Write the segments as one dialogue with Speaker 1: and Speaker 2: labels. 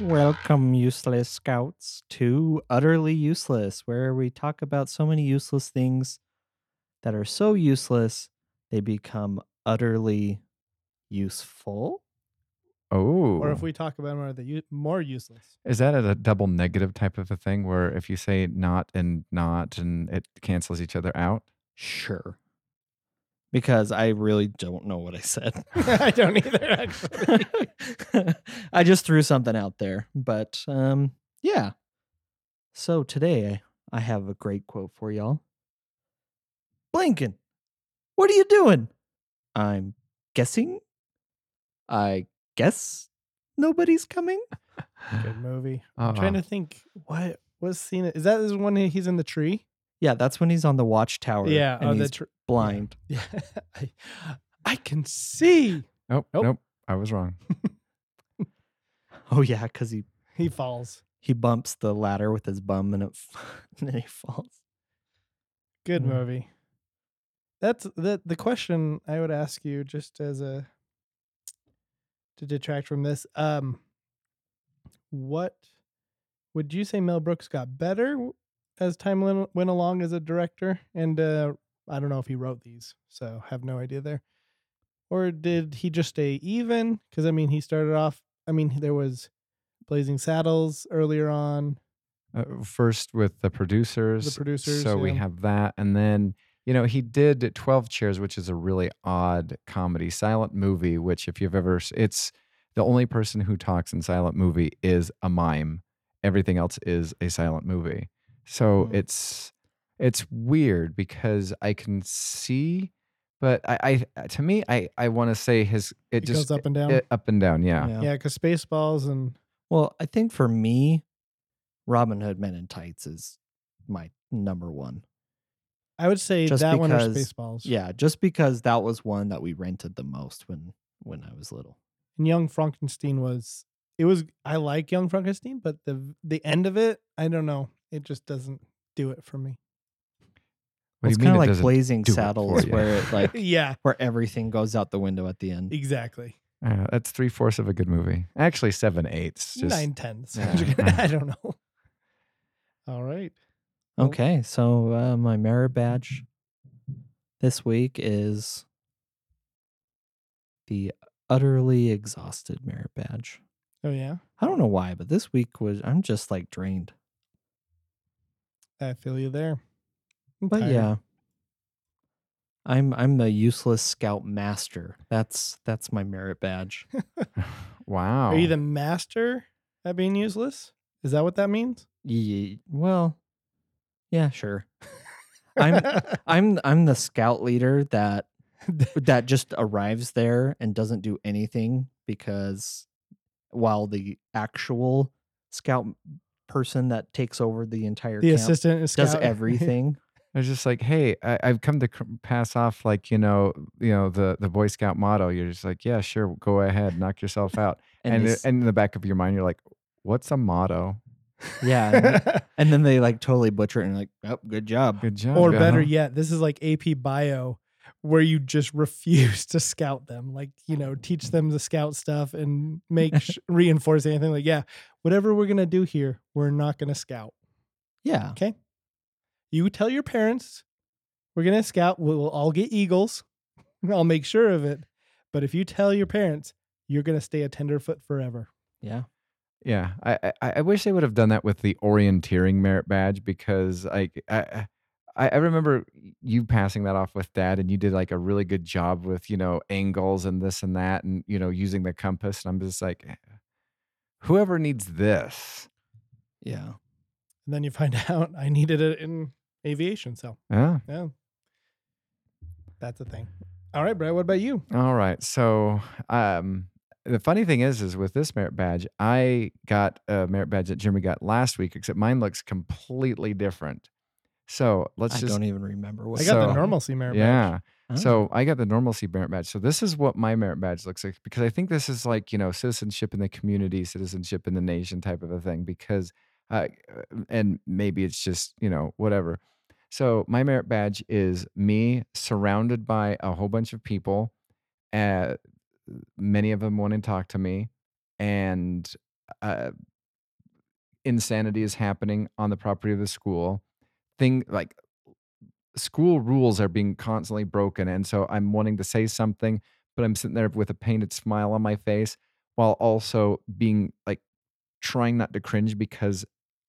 Speaker 1: Welcome, useless scouts, to Utterly Useless, where we talk about so many useless things that are so useless they become utterly useful.
Speaker 2: Oh.
Speaker 3: Or if we talk about them, are they u- more useless?
Speaker 2: Is that a double negative type of a thing where if you say not and not and it cancels each other out?
Speaker 1: Sure. Because I really don't know what I said.
Speaker 3: I don't either, actually.
Speaker 1: I just threw something out there, but um, yeah. So today I have a great quote for y'all. Blinken, what are you doing? I'm guessing. I guess nobody's coming.
Speaker 3: Good movie.
Speaker 2: Uh,
Speaker 3: I'm trying to think what was Cena. Is that the one he's in the tree?
Speaker 1: Yeah, that's when he's on the watchtower.
Speaker 3: Yeah.
Speaker 1: and
Speaker 3: oh, the
Speaker 1: he's
Speaker 3: tree.
Speaker 1: blind.
Speaker 3: Yeah. I, I can see.
Speaker 2: nope,
Speaker 3: Nope.
Speaker 2: nope. I was wrong.
Speaker 1: Oh yeah, because he
Speaker 3: He falls.
Speaker 1: he bumps the ladder with his bum and it and then he falls.
Speaker 3: Good
Speaker 2: Mm-hmm.
Speaker 1: Mm.
Speaker 3: movie. That's the the question I would ask you just as a to detract from this. Um what would you say Mel Brooks got better w- as time len- went along as a director and uh I don't know if he wrote these, so have no idea there. Or did he just stay even? Cuz I mean he started off I mean there was Blazing Saddles earlier on.
Speaker 2: Uh, first with the producers.
Speaker 3: producers,
Speaker 2: So we
Speaker 3: yeah.
Speaker 2: have that. And then, you know, he did 12 Chairs, which is a really odd comedy, silent movie, which if you've ever, s- it's the only person who talks in silent movie is a mime. Everything else is a silent movie. So
Speaker 3: Mm.
Speaker 2: it's, it's weird because I can see, but I, I to me, I, I want to say his, it
Speaker 3: It,
Speaker 2: just
Speaker 3: goes up and down.
Speaker 2: it- up and down. Yeah.
Speaker 3: yeah, cuz Spaceballs and
Speaker 1: Well, I think for me, Robin Hood Men in Tights is my number one.
Speaker 3: I would say
Speaker 1: Just
Speaker 3: that one or
Speaker 1: because-
Speaker 3: Spaceballs.
Speaker 1: Yeah, just because that was one that we rented the most when when I was little.
Speaker 3: And Young Frankenstein was it was I like Young Frankenstein, but the the end of it, I don't know. It just doesn't do it for me.
Speaker 2: What do
Speaker 1: it's
Speaker 2: you mean
Speaker 1: kind
Speaker 2: it
Speaker 1: of like
Speaker 2: doesn't
Speaker 1: Blazing
Speaker 2: do it for
Speaker 1: Saddles,
Speaker 2: you?
Speaker 1: where it like
Speaker 3: yeah,
Speaker 1: where everything goes out the window at the end.
Speaker 3: exactly.
Speaker 2: Uh, that's three fourths of a good movie. Actually, seven eighths. Just
Speaker 3: Nine tenths.
Speaker 2: Yeah.
Speaker 3: I don't know. All right.
Speaker 2: oh.
Speaker 3: Nope.
Speaker 1: Okay, so uh, my
Speaker 2: Mm-hmm.
Speaker 1: merit badge this week is the utterly exhausted merit badge.
Speaker 3: Oh yeah,
Speaker 1: I don't know why, but this week was I'm just like drained.
Speaker 3: I feel you there. I'm
Speaker 1: But
Speaker 3: tired.
Speaker 1: yeah. I'm I'm the useless scout master. That's that's my merit badge.
Speaker 2: wow.
Speaker 1: Oh.
Speaker 3: Are you the master at being useless? Is that what that means?
Speaker 1: Ye- well, yeah, sure. I'm I'm I'm the scout leader that that just arrives there and doesn't do anything because while the actual scout person that takes over the entire
Speaker 3: the
Speaker 1: camp
Speaker 3: assistant is
Speaker 1: does
Speaker 3: scout.
Speaker 1: everything.
Speaker 2: I was just like, hey, I, I've come to cr- pass off like you know, you know the the Boy Scout motto. You're just like, yeah, sure, go ahead, knock yourself out.
Speaker 1: And,
Speaker 2: and
Speaker 1: they
Speaker 2: it-
Speaker 1: s-
Speaker 2: and in the back of your mind, you're like, what's a motto?
Speaker 1: yeah, and, th- and then they like totally butcher it and like, oh, good job.
Speaker 2: Good job.
Speaker 3: or
Speaker 2: Gunnar."
Speaker 3: better yet, this is like AP bio where you just refuse to scout them. Like, you know, teach them the scout stuff and make sh- reinforce anything like, yeah, whatever we're going to do here, we're not going to scout.
Speaker 1: Yeah.
Speaker 3: You tell your parents, we're going to scout, we'll, we'll all get eagles. I'll make sure of it. But if you tell your parents, you're going to stay a tenderfoot forever.
Speaker 1: Yeah.
Speaker 2: Yeah, I, I I wish they would have done that with the orienteering merit badge because like I. I I remember you passing that off with dad, and you did like a really good job with you know angles and this and that, and you know using the compass. And I'm just like, "Eh, whoever needs this,
Speaker 1: Yeah.
Speaker 3: And then you find out I needed it in aviation. So,
Speaker 2: yeah.
Speaker 3: yeah, that's a thing. All right, Brad, what about you?
Speaker 2: All right. So, um, the funny thing is, is with this merit badge, I got a merit badge that Jeremy got last week, except mine looks completely different. So let's
Speaker 1: I
Speaker 2: just,
Speaker 1: don't even remember what
Speaker 3: I got the
Speaker 2: So-
Speaker 3: normalcy merit badge.
Speaker 2: yeah.
Speaker 1: Oh.
Speaker 2: So I got the normalcy merit badge. So this is what my merit badge looks like because I think this is like you know citizenship in the community, citizenship in the nation type of a thing. Because, uh, and maybe it's just you know whatever. So my merit badge is me surrounded by a whole bunch of people, uh, many of them want to talk to me, and uh, insanity is happening on the property of the school. Thing like school rules are being constantly broken. And so I'm wanting to say something, but I'm sitting there with a painted smile on my face while also being like trying not to cringe because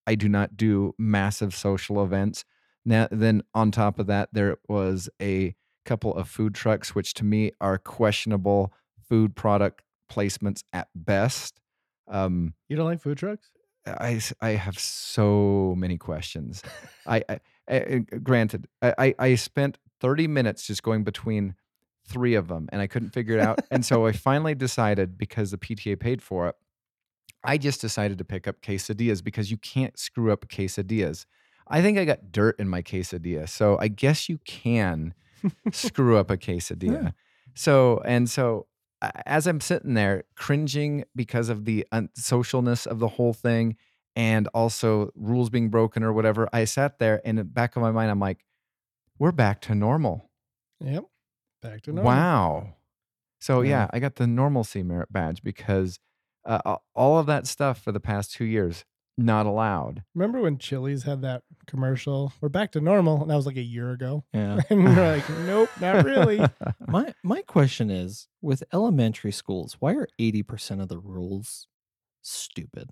Speaker 2: I do not do massive social events. Now, then on top of that, there was a couple of food trucks, which to me are questionable food product placements at best. Um,
Speaker 3: You don't like food trucks?
Speaker 2: I, s- I have so many questions. I, I, I granted, I, I I spent 30 minutes just going between three of them and I couldn't figure it out. and so I finally decided because the PTA paid for it, I just decided to pick up quesadillas because you can't screw up quesadillas. I think I got dirt in my quesadilla. So I guess you can screw up a quesadilla. So and so a- as I'm sitting there cringing because of the unsocialness of the whole thing and also rules being broken or whatever, I sat there and in the back of my mind I'm like we're back to normal.
Speaker 3: Yep. Back to normal.
Speaker 2: Wow. So
Speaker 1: Yeah.
Speaker 2: yeah. I got the normalcy merit badge because uh, a- all of that stuff for the past 2 years not allowed.
Speaker 3: Remember when Chili's had that commercial? We're back to normal. And that was like a year ago.
Speaker 1: Yeah.
Speaker 3: And we we're like, nope, not really.
Speaker 1: My my question is with elementary schools, why are 80% of the rules stupid?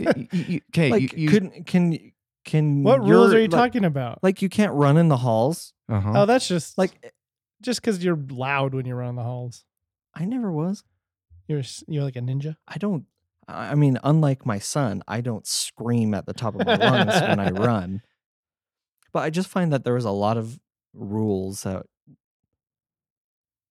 Speaker 2: Okay,
Speaker 1: like couldn't can can
Speaker 3: What rules
Speaker 1: your-
Speaker 3: are you
Speaker 1: like-
Speaker 3: talking about?
Speaker 1: Like you can't run in the halls.
Speaker 2: uh-huh.
Speaker 3: oh, that's just like
Speaker 1: Like eh,
Speaker 3: just because you're loud when you run the halls.
Speaker 1: I never was.
Speaker 3: You're s- you're like a ninja.
Speaker 1: I don't I I mean, unlike my son, I don't scream at the top of my lungs when I run. But I just find that there was a lot of rules that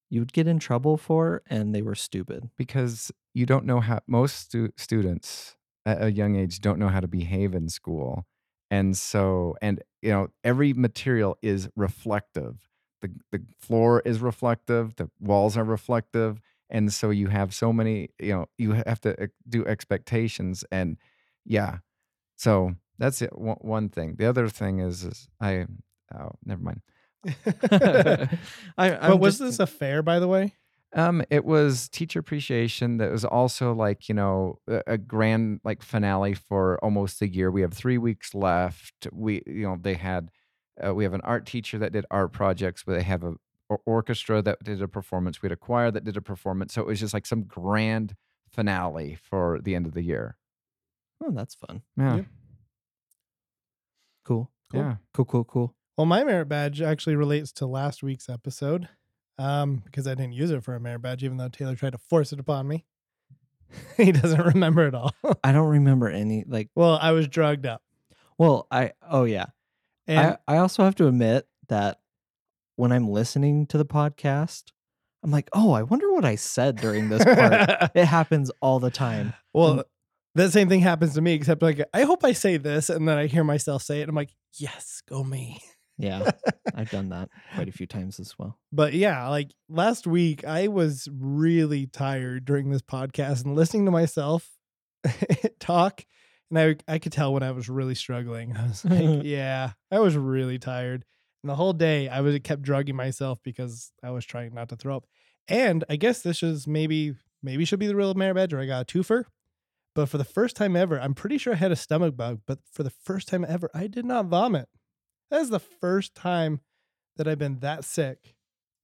Speaker 1: you'd get in trouble for and they were stupid.
Speaker 2: because you don't know how most stu- students at a young age don't know how to behave in school and so and you know every material is reflective the the floor is reflective the walls are reflective and so you have so many you know you have to ex- do expectations and yeah so that's it one, one thing the other thing is, is i oh never mind
Speaker 1: I,
Speaker 3: but
Speaker 1: I'm
Speaker 3: was
Speaker 1: just-
Speaker 3: this a fair, by the way?
Speaker 2: Um, it was teacher appreciation that was also like, you know, a, a grand like finale for almost a year. We have three weeks left. We, you know, they had, uh, we have an art teacher that did art projects, but they have a or- orchestra that did a performance. We had a choir that did a performance. So it was just like some grand finale for the end of the year.
Speaker 1: Oh, that's fun.
Speaker 2: Yeah.
Speaker 3: Yep.
Speaker 1: Cool. cool.
Speaker 2: Yeah.
Speaker 1: Cool, cool, cool.
Speaker 3: Well, my merit badge actually relates to last week's episode um, because I didn't use it for a merit badge, even though Taylor tried to force it upon me. he doesn't remember it all.
Speaker 1: I don't remember any like
Speaker 3: well, I was drugged up.
Speaker 1: well, I oh yeah.
Speaker 3: And
Speaker 1: I, I also have to admit that when I'm listening to the podcast, I'm like, oh, I wonder what I said during this part. Mm. it happens all the time.
Speaker 3: Well, that same thing happens to me, except like I hope I say this, and then I hear myself say it. I'm like, yes, go me.
Speaker 1: Yeah, I've done that quite a few times as well.
Speaker 3: But yeah, like last week, I was really tired during this podcast and listening to myself talk, and I I could tell when I was really struggling. I was like, yeah, I was really tired, and the whole day I was kept drugging myself because I was trying not to throw up. And I guess this is maybe maybe should be the real merit badge, or I got a twofer. But for the first time ever, I'm pretty sure I had a stomach bug. But for the first time ever, I did not vomit. That is the first time that I've been that sick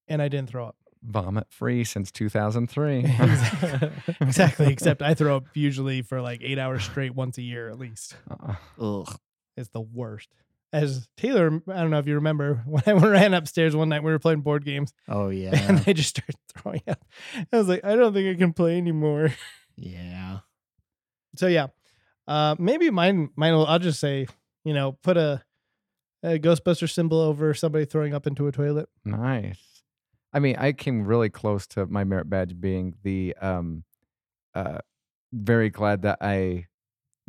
Speaker 3: and I didn't throw up.
Speaker 2: Vomit free since 2003.
Speaker 3: Exactly. Exactly. except I throw up usually for like eight hours straight once a year at least.
Speaker 2: Uh,
Speaker 1: Ugh.
Speaker 3: It's the worst. As Taylor, I don't know if you remember when I ran upstairs one night, we were playing board games
Speaker 1: Oh
Speaker 3: and
Speaker 1: yeah.
Speaker 3: I just started throwing up. I was like, I don't think I can play anymore.
Speaker 1: yeah.
Speaker 3: So yeah, uh, maybe mine. Mine will. I'll just say, you know, put a, a Ghostbuster symbol over somebody throwing up into a toilet.
Speaker 2: Nice. I mean, I came really close to my merit badge being the um uh very glad that I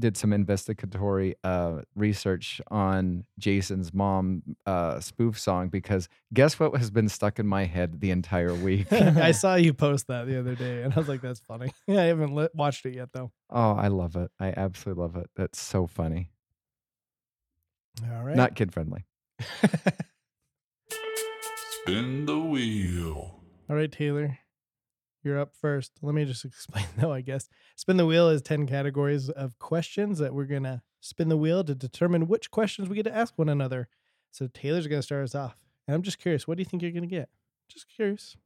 Speaker 2: did some investigatory uh research on Jason's mom uh spoof song because guess what has been stuck in my head the entire week? oh,
Speaker 3: I saw you post that the other day, and I was like, that's funny. Yeah, I haven't li- watched it yet though.
Speaker 2: Oh, I love it. I absolutely love it. That's so funny.
Speaker 3: All right.
Speaker 2: Not kid friendly.
Speaker 4: Spin the wheel.
Speaker 3: All right, Taylor. you're up first. Let me just explain, though, I guess. Spin the wheel is 10 categories of questions that we're going to spin the wheel to determine which questions we get to ask one another. So Taylor's going to start us off. And I'm just curious, what do you think you're going to get? Just curious.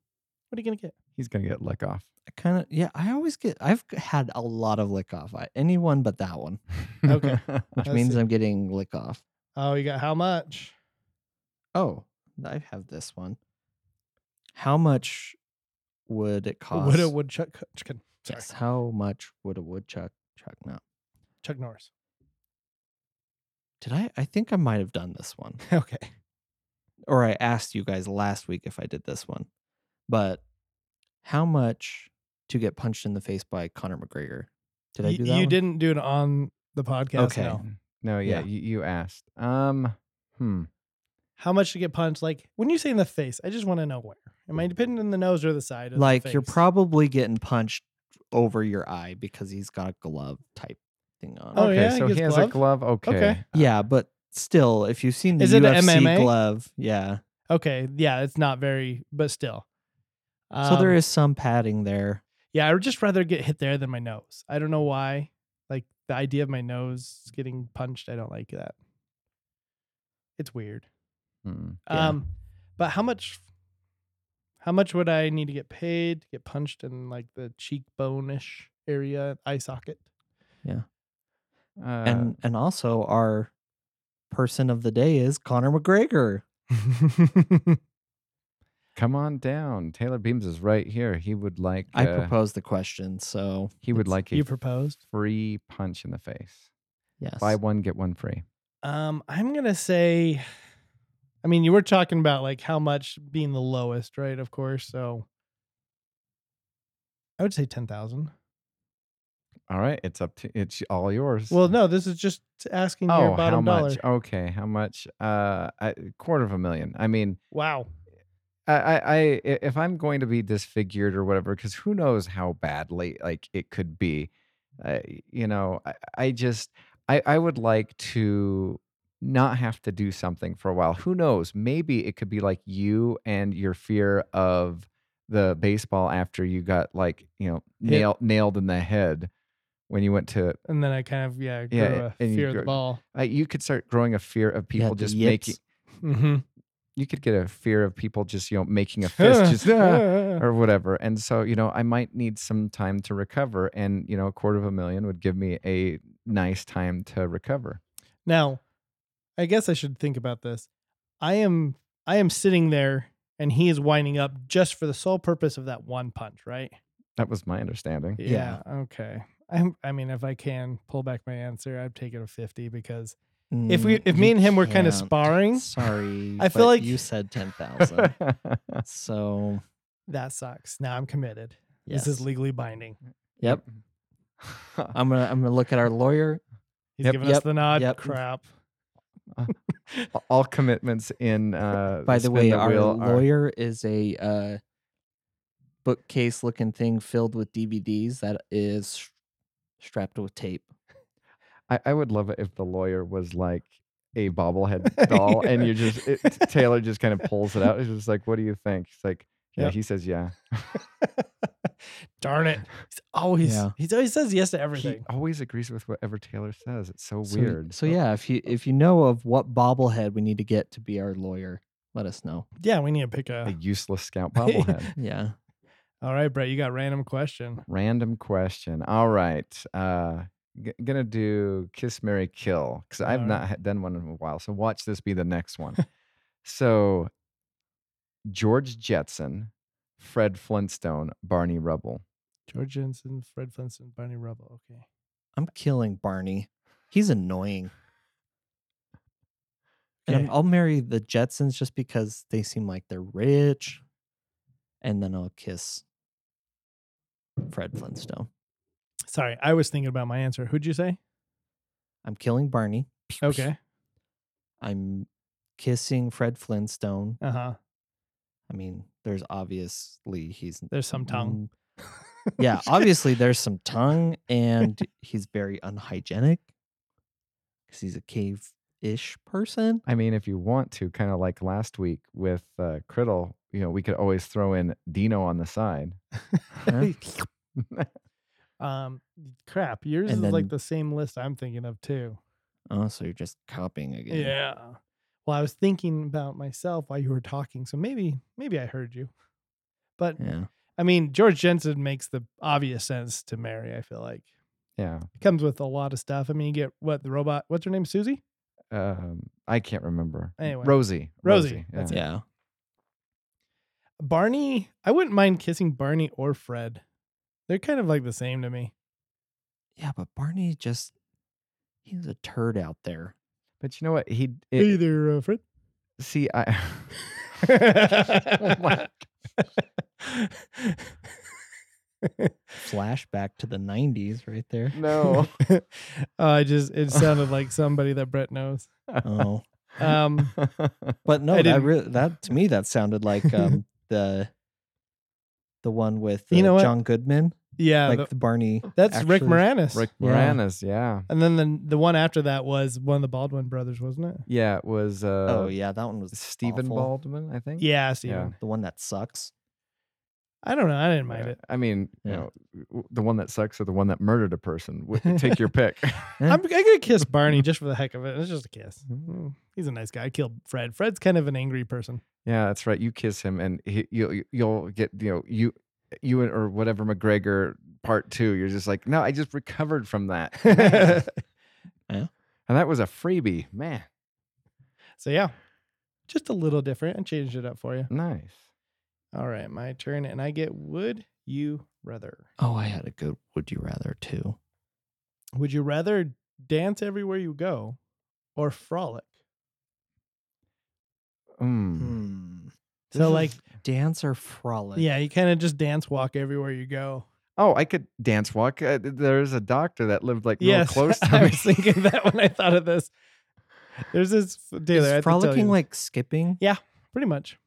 Speaker 3: What are you going to get?
Speaker 2: He's gonna get lick off.
Speaker 1: I kind of yeah. I always get. I've g- had a lot of lick off. I, anyone but that one,
Speaker 3: Okay. Uh,
Speaker 1: which
Speaker 3: I
Speaker 1: means
Speaker 3: see.
Speaker 1: I'm getting lick off.
Speaker 3: Oh, you got how much?
Speaker 1: Oh, I have this one. How much would it cost?
Speaker 3: Would a woodchuck co- chicken? Sorry,
Speaker 1: yes, how much would a woodchuck chuck? No,
Speaker 3: Chuck Norris.
Speaker 1: did I? I think I might have done this one,
Speaker 3: Okay.
Speaker 1: or I asked you guys last week if I did this one. But how much to get punched in the face by Conor McGregor? Did I
Speaker 3: Y-
Speaker 1: do that?
Speaker 3: you
Speaker 1: one?
Speaker 3: didn't do it on the podcast.
Speaker 1: Okay.
Speaker 3: No.
Speaker 2: No, yeah,
Speaker 1: Yeah.
Speaker 2: You, you asked. Um, hmm.
Speaker 3: How much to get punched? Like when you say in the face, I just want to know where. Am I dependent on the nose or the side? Of
Speaker 1: Like
Speaker 3: the
Speaker 1: you're
Speaker 3: face?
Speaker 1: probably getting punched over your eye because he's got a glove type thing on.
Speaker 3: Oh,
Speaker 2: okay,
Speaker 3: yeah, he
Speaker 2: so
Speaker 3: gets
Speaker 2: he has a
Speaker 3: glove?
Speaker 2: glove. Okay.
Speaker 1: Yeah, but still, if you've seen the
Speaker 3: Is it a
Speaker 1: UFC
Speaker 3: MMA?
Speaker 1: glove, yeah.
Speaker 3: Okay. Yeah, it's not very, but still.
Speaker 1: so there
Speaker 3: Um,
Speaker 1: is some padding there.
Speaker 3: Yeah, I would just rather get hit there than my nose. I don't know why. Like the idea of my nose getting punched, I don't like that. It's weird.
Speaker 2: Hmm.
Speaker 3: Um, but how much? How much would I need to get paid to get punched in like the cheekbone-ish area, eye socket?
Speaker 2: Uh,
Speaker 1: and and also our person of the day is Conor McGregor.
Speaker 2: come on down. Taylor Beams is right here. He would like.
Speaker 1: I
Speaker 2: uh,
Speaker 1: proposed the question, so
Speaker 2: He would
Speaker 1: it's-
Speaker 2: like a
Speaker 3: you proposed.
Speaker 2: free punch in the face.
Speaker 1: yes.
Speaker 2: Buy one, get one free.
Speaker 3: Um, I'm gonna say. I mean, you were talking about like how much being the lowest, right? Of course. So, I would say ten thousand.
Speaker 2: All right, it's up to it's all yours.
Speaker 3: Well, no, this is just asking your
Speaker 2: oh, how
Speaker 3: bottom dollar.
Speaker 2: much? Okay, how much? Uh, a quarter of a million. I mean,
Speaker 3: Wow.
Speaker 2: I, I, I i- if I'm going to be disfigured or whatever, because who knows how badly like it could be. Uh, you know, I, I just, I, I would like to not have to do something for a while. Who knows? Maybe it could be like you and your fear of the baseball after you got like you know
Speaker 3: Hit.
Speaker 2: nailed nailed in the head when you went to.
Speaker 3: And then I kind of yeah, grew
Speaker 2: Yeah,
Speaker 3: a
Speaker 2: and you
Speaker 3: fear of the
Speaker 2: grew-
Speaker 3: ball.
Speaker 2: Uh, you could start growing a fear of
Speaker 1: Yeah,
Speaker 2: people
Speaker 1: the
Speaker 2: just
Speaker 1: yips.
Speaker 2: making.
Speaker 3: Mm-hmm.
Speaker 2: You could get a fear of people just you know making a fist just. "Ah," or whatever. And so, you know, I might need some time to recover. And, you know, a quarter of a million would give me a nice time to recover.
Speaker 3: Now, I guess I should think about this. I am I am sitting there and he is winding up just for the sole purpose of that one punch, right?
Speaker 2: That was my understanding.
Speaker 1: Yeah.
Speaker 3: Okay. I I mean, if I can pull back my answer, I'd take it a fifty because if
Speaker 1: Mm,
Speaker 3: we if
Speaker 1: you
Speaker 3: me and him were kind of
Speaker 1: can't.
Speaker 3: sparring,
Speaker 1: Sorry,
Speaker 3: I feel
Speaker 1: but
Speaker 3: like-
Speaker 1: you said ten thousand. so
Speaker 3: that sucks. Now I'm committed.
Speaker 1: yes.
Speaker 3: This is legally binding.
Speaker 1: Yep. Um, I'm gonna I'm gonna look at our lawyer.
Speaker 3: He's
Speaker 2: Yep.
Speaker 3: giving us
Speaker 1: Yep.
Speaker 3: the nod.
Speaker 1: Yep.
Speaker 3: Crap.
Speaker 2: All commitments in. Uh,
Speaker 1: By the
Speaker 2: spin
Speaker 1: way, our
Speaker 2: wheel are-
Speaker 1: lawyer is a uh, bookcase looking thing filled with DVDs that is sh- strapped with tape.
Speaker 2: I, I would love it if the lawyer was like a bobblehead doll, and you just it, Taylor just kind of pulls it out. He's just like, "What do you think?" He's like, "Yeah."
Speaker 3: Yep.
Speaker 2: He says, "Yeah."
Speaker 3: Darn it. He's always
Speaker 1: Yeah.
Speaker 3: he's always says yes to
Speaker 2: He
Speaker 3: everything.
Speaker 2: always agrees with whatever Taylor says. It's so,
Speaker 1: So y-
Speaker 2: weird.
Speaker 1: So yeah, if you if you know of what bobblehead we need to get to be our lawyer, let us know.
Speaker 3: Yeah, we need to pick
Speaker 2: a
Speaker 3: a
Speaker 2: useless scout bobblehead.
Speaker 1: Yeah.
Speaker 3: all right, Brett, you got random question.
Speaker 2: Random question. All right. Uh, g- gonna do kiss, Mary kill because I've
Speaker 3: All
Speaker 2: not ha- done one in a while. So watch this be the next one. so George Jetson, Fred Flintstone, Barney Rubble.
Speaker 3: George Jensen, Fred Flintstone, Barney Rubble. Okay.
Speaker 1: I'm killing Barney. He's annoying. And I'm-
Speaker 3: Okay.
Speaker 1: I'll marry the Jetsons just because they seem like they're rich. And then I'll kiss Fred Flintstone.
Speaker 3: Sorry, I was thinking about my answer. Who'd you say?
Speaker 1: I'm killing Barney.
Speaker 3: Okay.
Speaker 1: I'm kissing Fred Flintstone.
Speaker 3: Uh huh.
Speaker 1: I mean, there's obviously he's
Speaker 3: There's some tongue.
Speaker 1: Mm, Yeah, obviously there's some tongue, and he's very unhygienic because he's a cave-ish person.
Speaker 2: I mean, if you want to, kind of like last week with uh, Criddle, you know, we could always throw in Dino on the side.
Speaker 3: um, crap. Yours
Speaker 1: And
Speaker 3: is like
Speaker 1: then-
Speaker 3: the same list I'm thinking of too.
Speaker 1: Oh, so you're just copying again.
Speaker 3: Yeah. Well, I was thinking about myself while you were talking, so maybe maybe I heard you. But
Speaker 1: Yeah.
Speaker 3: I mean, George Jensen makes the obvious sense to marry. I feel like
Speaker 2: Yeah.
Speaker 3: it comes with a lot of stuff. I mean, you get what the robot. What's her name? Susie.
Speaker 2: Um, I can't remember.
Speaker 3: Anyway.
Speaker 2: Rosie.
Speaker 3: Rosie, that's
Speaker 2: yeah.
Speaker 1: Yeah.
Speaker 3: Barney. I wouldn't mind kissing Barney or Fred. They're kind of like the same to me.
Speaker 1: Yeah, but Barney just he's a turd out there.
Speaker 2: But you know what? He it,
Speaker 3: Either uh, Fred.
Speaker 2: see I my
Speaker 1: Flashback to the nineties right there.
Speaker 2: no.
Speaker 3: Oh, I just it sounded like somebody that Brett knows.
Speaker 1: Oh.
Speaker 3: Um,
Speaker 1: But no,
Speaker 3: I
Speaker 1: that
Speaker 3: didn't-
Speaker 1: really that to me that sounded like um the the one with uh,
Speaker 3: You know what?
Speaker 1: John Goodman.
Speaker 3: yeah,
Speaker 1: like
Speaker 3: the-
Speaker 1: the Barney
Speaker 3: that's Rick
Speaker 1: actually-
Speaker 3: Moranis.
Speaker 2: Rick
Speaker 1: Yeah.
Speaker 2: Moranis, yeah.
Speaker 3: And then the the one after that was one of the Baldwin brothers, wasn't it?
Speaker 2: Yeah, it was uh
Speaker 1: Oh yeah, that one was
Speaker 2: Stephen
Speaker 1: awful.
Speaker 2: Baldwin, I think.
Speaker 3: Yeah, Steven.
Speaker 1: The one that sucks.
Speaker 3: I don't know. I didn't mind
Speaker 2: Yeah.
Speaker 3: it.
Speaker 2: I mean,
Speaker 1: Yeah.
Speaker 2: you know, w- the one that sucks or the one that murdered a person. Wh- Take your pick.
Speaker 1: Yeah.
Speaker 3: I'm, I'm gonna kiss Barney just for the heck of it. It's just a kiss. Mm, He's a nice guy. I killed Fred. Fred's kind of an angry person.
Speaker 2: Yeah, that's right. You kiss him, and he, you'll you'll get you know you you and- or whatever McGregor part two. You're just like, no, I just recovered from that, Man." and that was a freebie, man.
Speaker 3: So yeah, just a little different. I changed it up for you.
Speaker 2: Nice.
Speaker 3: All right, my turn, and I get would you rather?
Speaker 1: Oh, I had a good would you rather too.
Speaker 3: Would you rather dance everywhere you go, or frolic?
Speaker 1: Hmm.
Speaker 2: Mm.
Speaker 3: So like,
Speaker 1: dance or frolic.
Speaker 3: yeah, you kind of just dance walk everywhere you go.
Speaker 2: Oh, I could dance walk. Uh, th- there's a doctor that lived like real
Speaker 3: yes,
Speaker 2: close to
Speaker 3: I
Speaker 2: me.
Speaker 3: was thinking that when I thought of this. There's this Taylor. I
Speaker 1: Is
Speaker 3: have to tell
Speaker 1: frolicking
Speaker 3: you.
Speaker 1: like skipping?
Speaker 3: pretty much.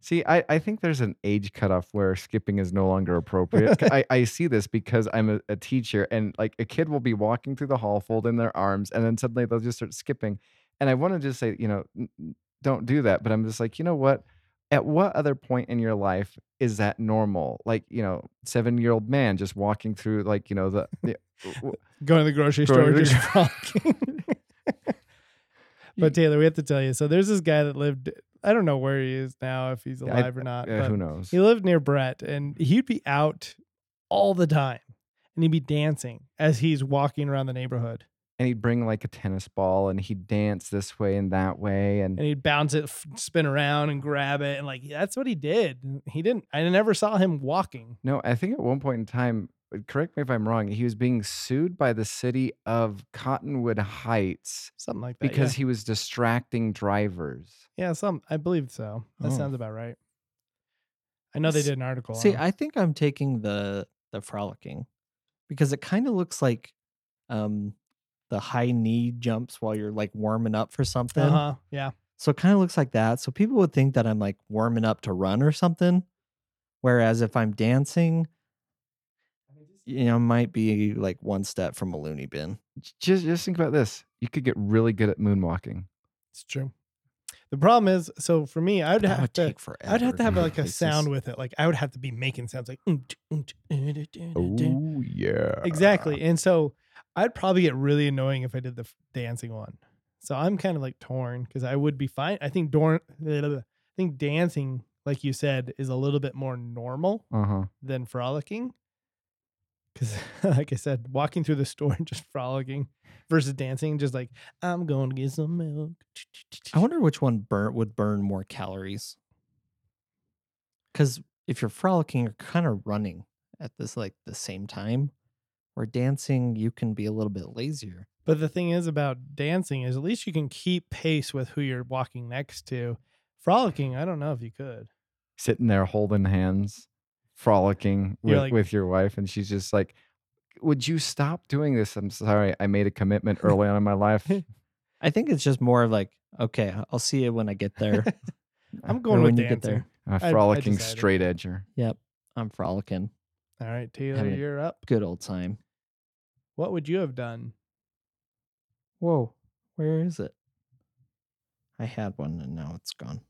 Speaker 2: See, I, I think there's an age cutoff where skipping is no longer appropriate. C- I, I see this because I'm a, a teacher and like a kid will be walking through the hall folding their arms and then suddenly they'll just start skipping. And I want to just say, you know, n- n- don't do that. But I'm just like, you know what? At what other point in your life is that normal? Like, you know, seven year old man just walking through like, you know, the, the w-
Speaker 3: Going to the grocery
Speaker 2: Going
Speaker 3: store,
Speaker 2: to the
Speaker 3: just frolicking. but Taylor, we have to tell you. So there's this guy that lived. I don't know where he is now, if he's
Speaker 2: Yeah, I-
Speaker 3: alive or not.
Speaker 2: w- uh,
Speaker 3: but
Speaker 2: who knows?
Speaker 3: He lived near Brett, and he'd be out all the time, and he'd be dancing as he's walking around the neighborhood,
Speaker 2: And he'd bring like a tennis ball and he'd dance this way and that way. And
Speaker 3: and he'd bounce it, f- spin around, and grab it, and like that's what he did. And He didn't. I never saw him walking.
Speaker 2: No, I think at one point in time, uh, correct me if I'm wrong, he was being sued by the city of Cottonwood Heights
Speaker 3: Something like that.
Speaker 2: because
Speaker 3: yeah.
Speaker 2: he was distracting drivers.
Speaker 3: yeah, some I believe so. That
Speaker 1: Oh.
Speaker 3: sounds about right. I know they
Speaker 1: S-
Speaker 3: did an article.
Speaker 1: See,
Speaker 3: on him.
Speaker 1: I think I'm taking the the frolicking because it kind of looks like um the high knee jumps while you're like warming up for something.
Speaker 3: Uh huh. Yeah.
Speaker 1: So it kind of looks like that. So people would think that I'm like warming up to run or something. Whereas if I'm dancing, you know, might be like one step from a loony bin.
Speaker 2: J- Just just think about this. You could get really good at moonwalking.
Speaker 3: It's true. The problem is, so for me, I would
Speaker 1: That
Speaker 3: have
Speaker 1: would
Speaker 3: to.
Speaker 1: take forever.
Speaker 3: I'd have to have like a
Speaker 1: Places.
Speaker 3: sound with it. Like I would have to be making sounds like "Mm, tch, mm, tch, uh, duh, duh, duh, duh."
Speaker 2: Oh yeah.
Speaker 3: exactly.
Speaker 1: Uh.
Speaker 3: And so I'd probably get really annoying if I did the f- dancing one. So I'm kind of like torn because I would be fine. I think dorn. I think dancing, like you said, is a little bit more normal
Speaker 2: Uh huh.
Speaker 3: than frolicking. Because, like I said, walking through the store and just frolicking versus dancing, just like I'm going to get some milk.
Speaker 1: I wonder which one burn would burn more calories. Because if you're frolicking, you're kind of running at this like the same time. Where dancing, you can be a little bit lazier.
Speaker 3: But the thing is about dancing is at least you can keep pace with who you're walking next to. Frolicking, I don't know if you could.
Speaker 2: Sitting there holding hands, frolicking
Speaker 3: You're
Speaker 2: with,
Speaker 3: like-
Speaker 2: with your wife, and she's just like, "Would you stop doing this? I'm sorry, I made a commitment early on in my life.
Speaker 1: I think it's just more of like, okay, I'll see you when I get there.
Speaker 3: I'm
Speaker 2: Uh,
Speaker 3: going
Speaker 1: when
Speaker 3: with
Speaker 1: you get
Speaker 3: dancing.
Speaker 1: there.
Speaker 2: A
Speaker 3: I
Speaker 2: uh, frolicking
Speaker 3: decided.
Speaker 2: straight edger."
Speaker 1: yep, I'm frolicking.
Speaker 3: All right, Taylor,
Speaker 1: Haven't-
Speaker 3: you're up.
Speaker 1: Good old time.
Speaker 3: What would you have done?
Speaker 1: Whoa, where is it? I had one and now it's gone.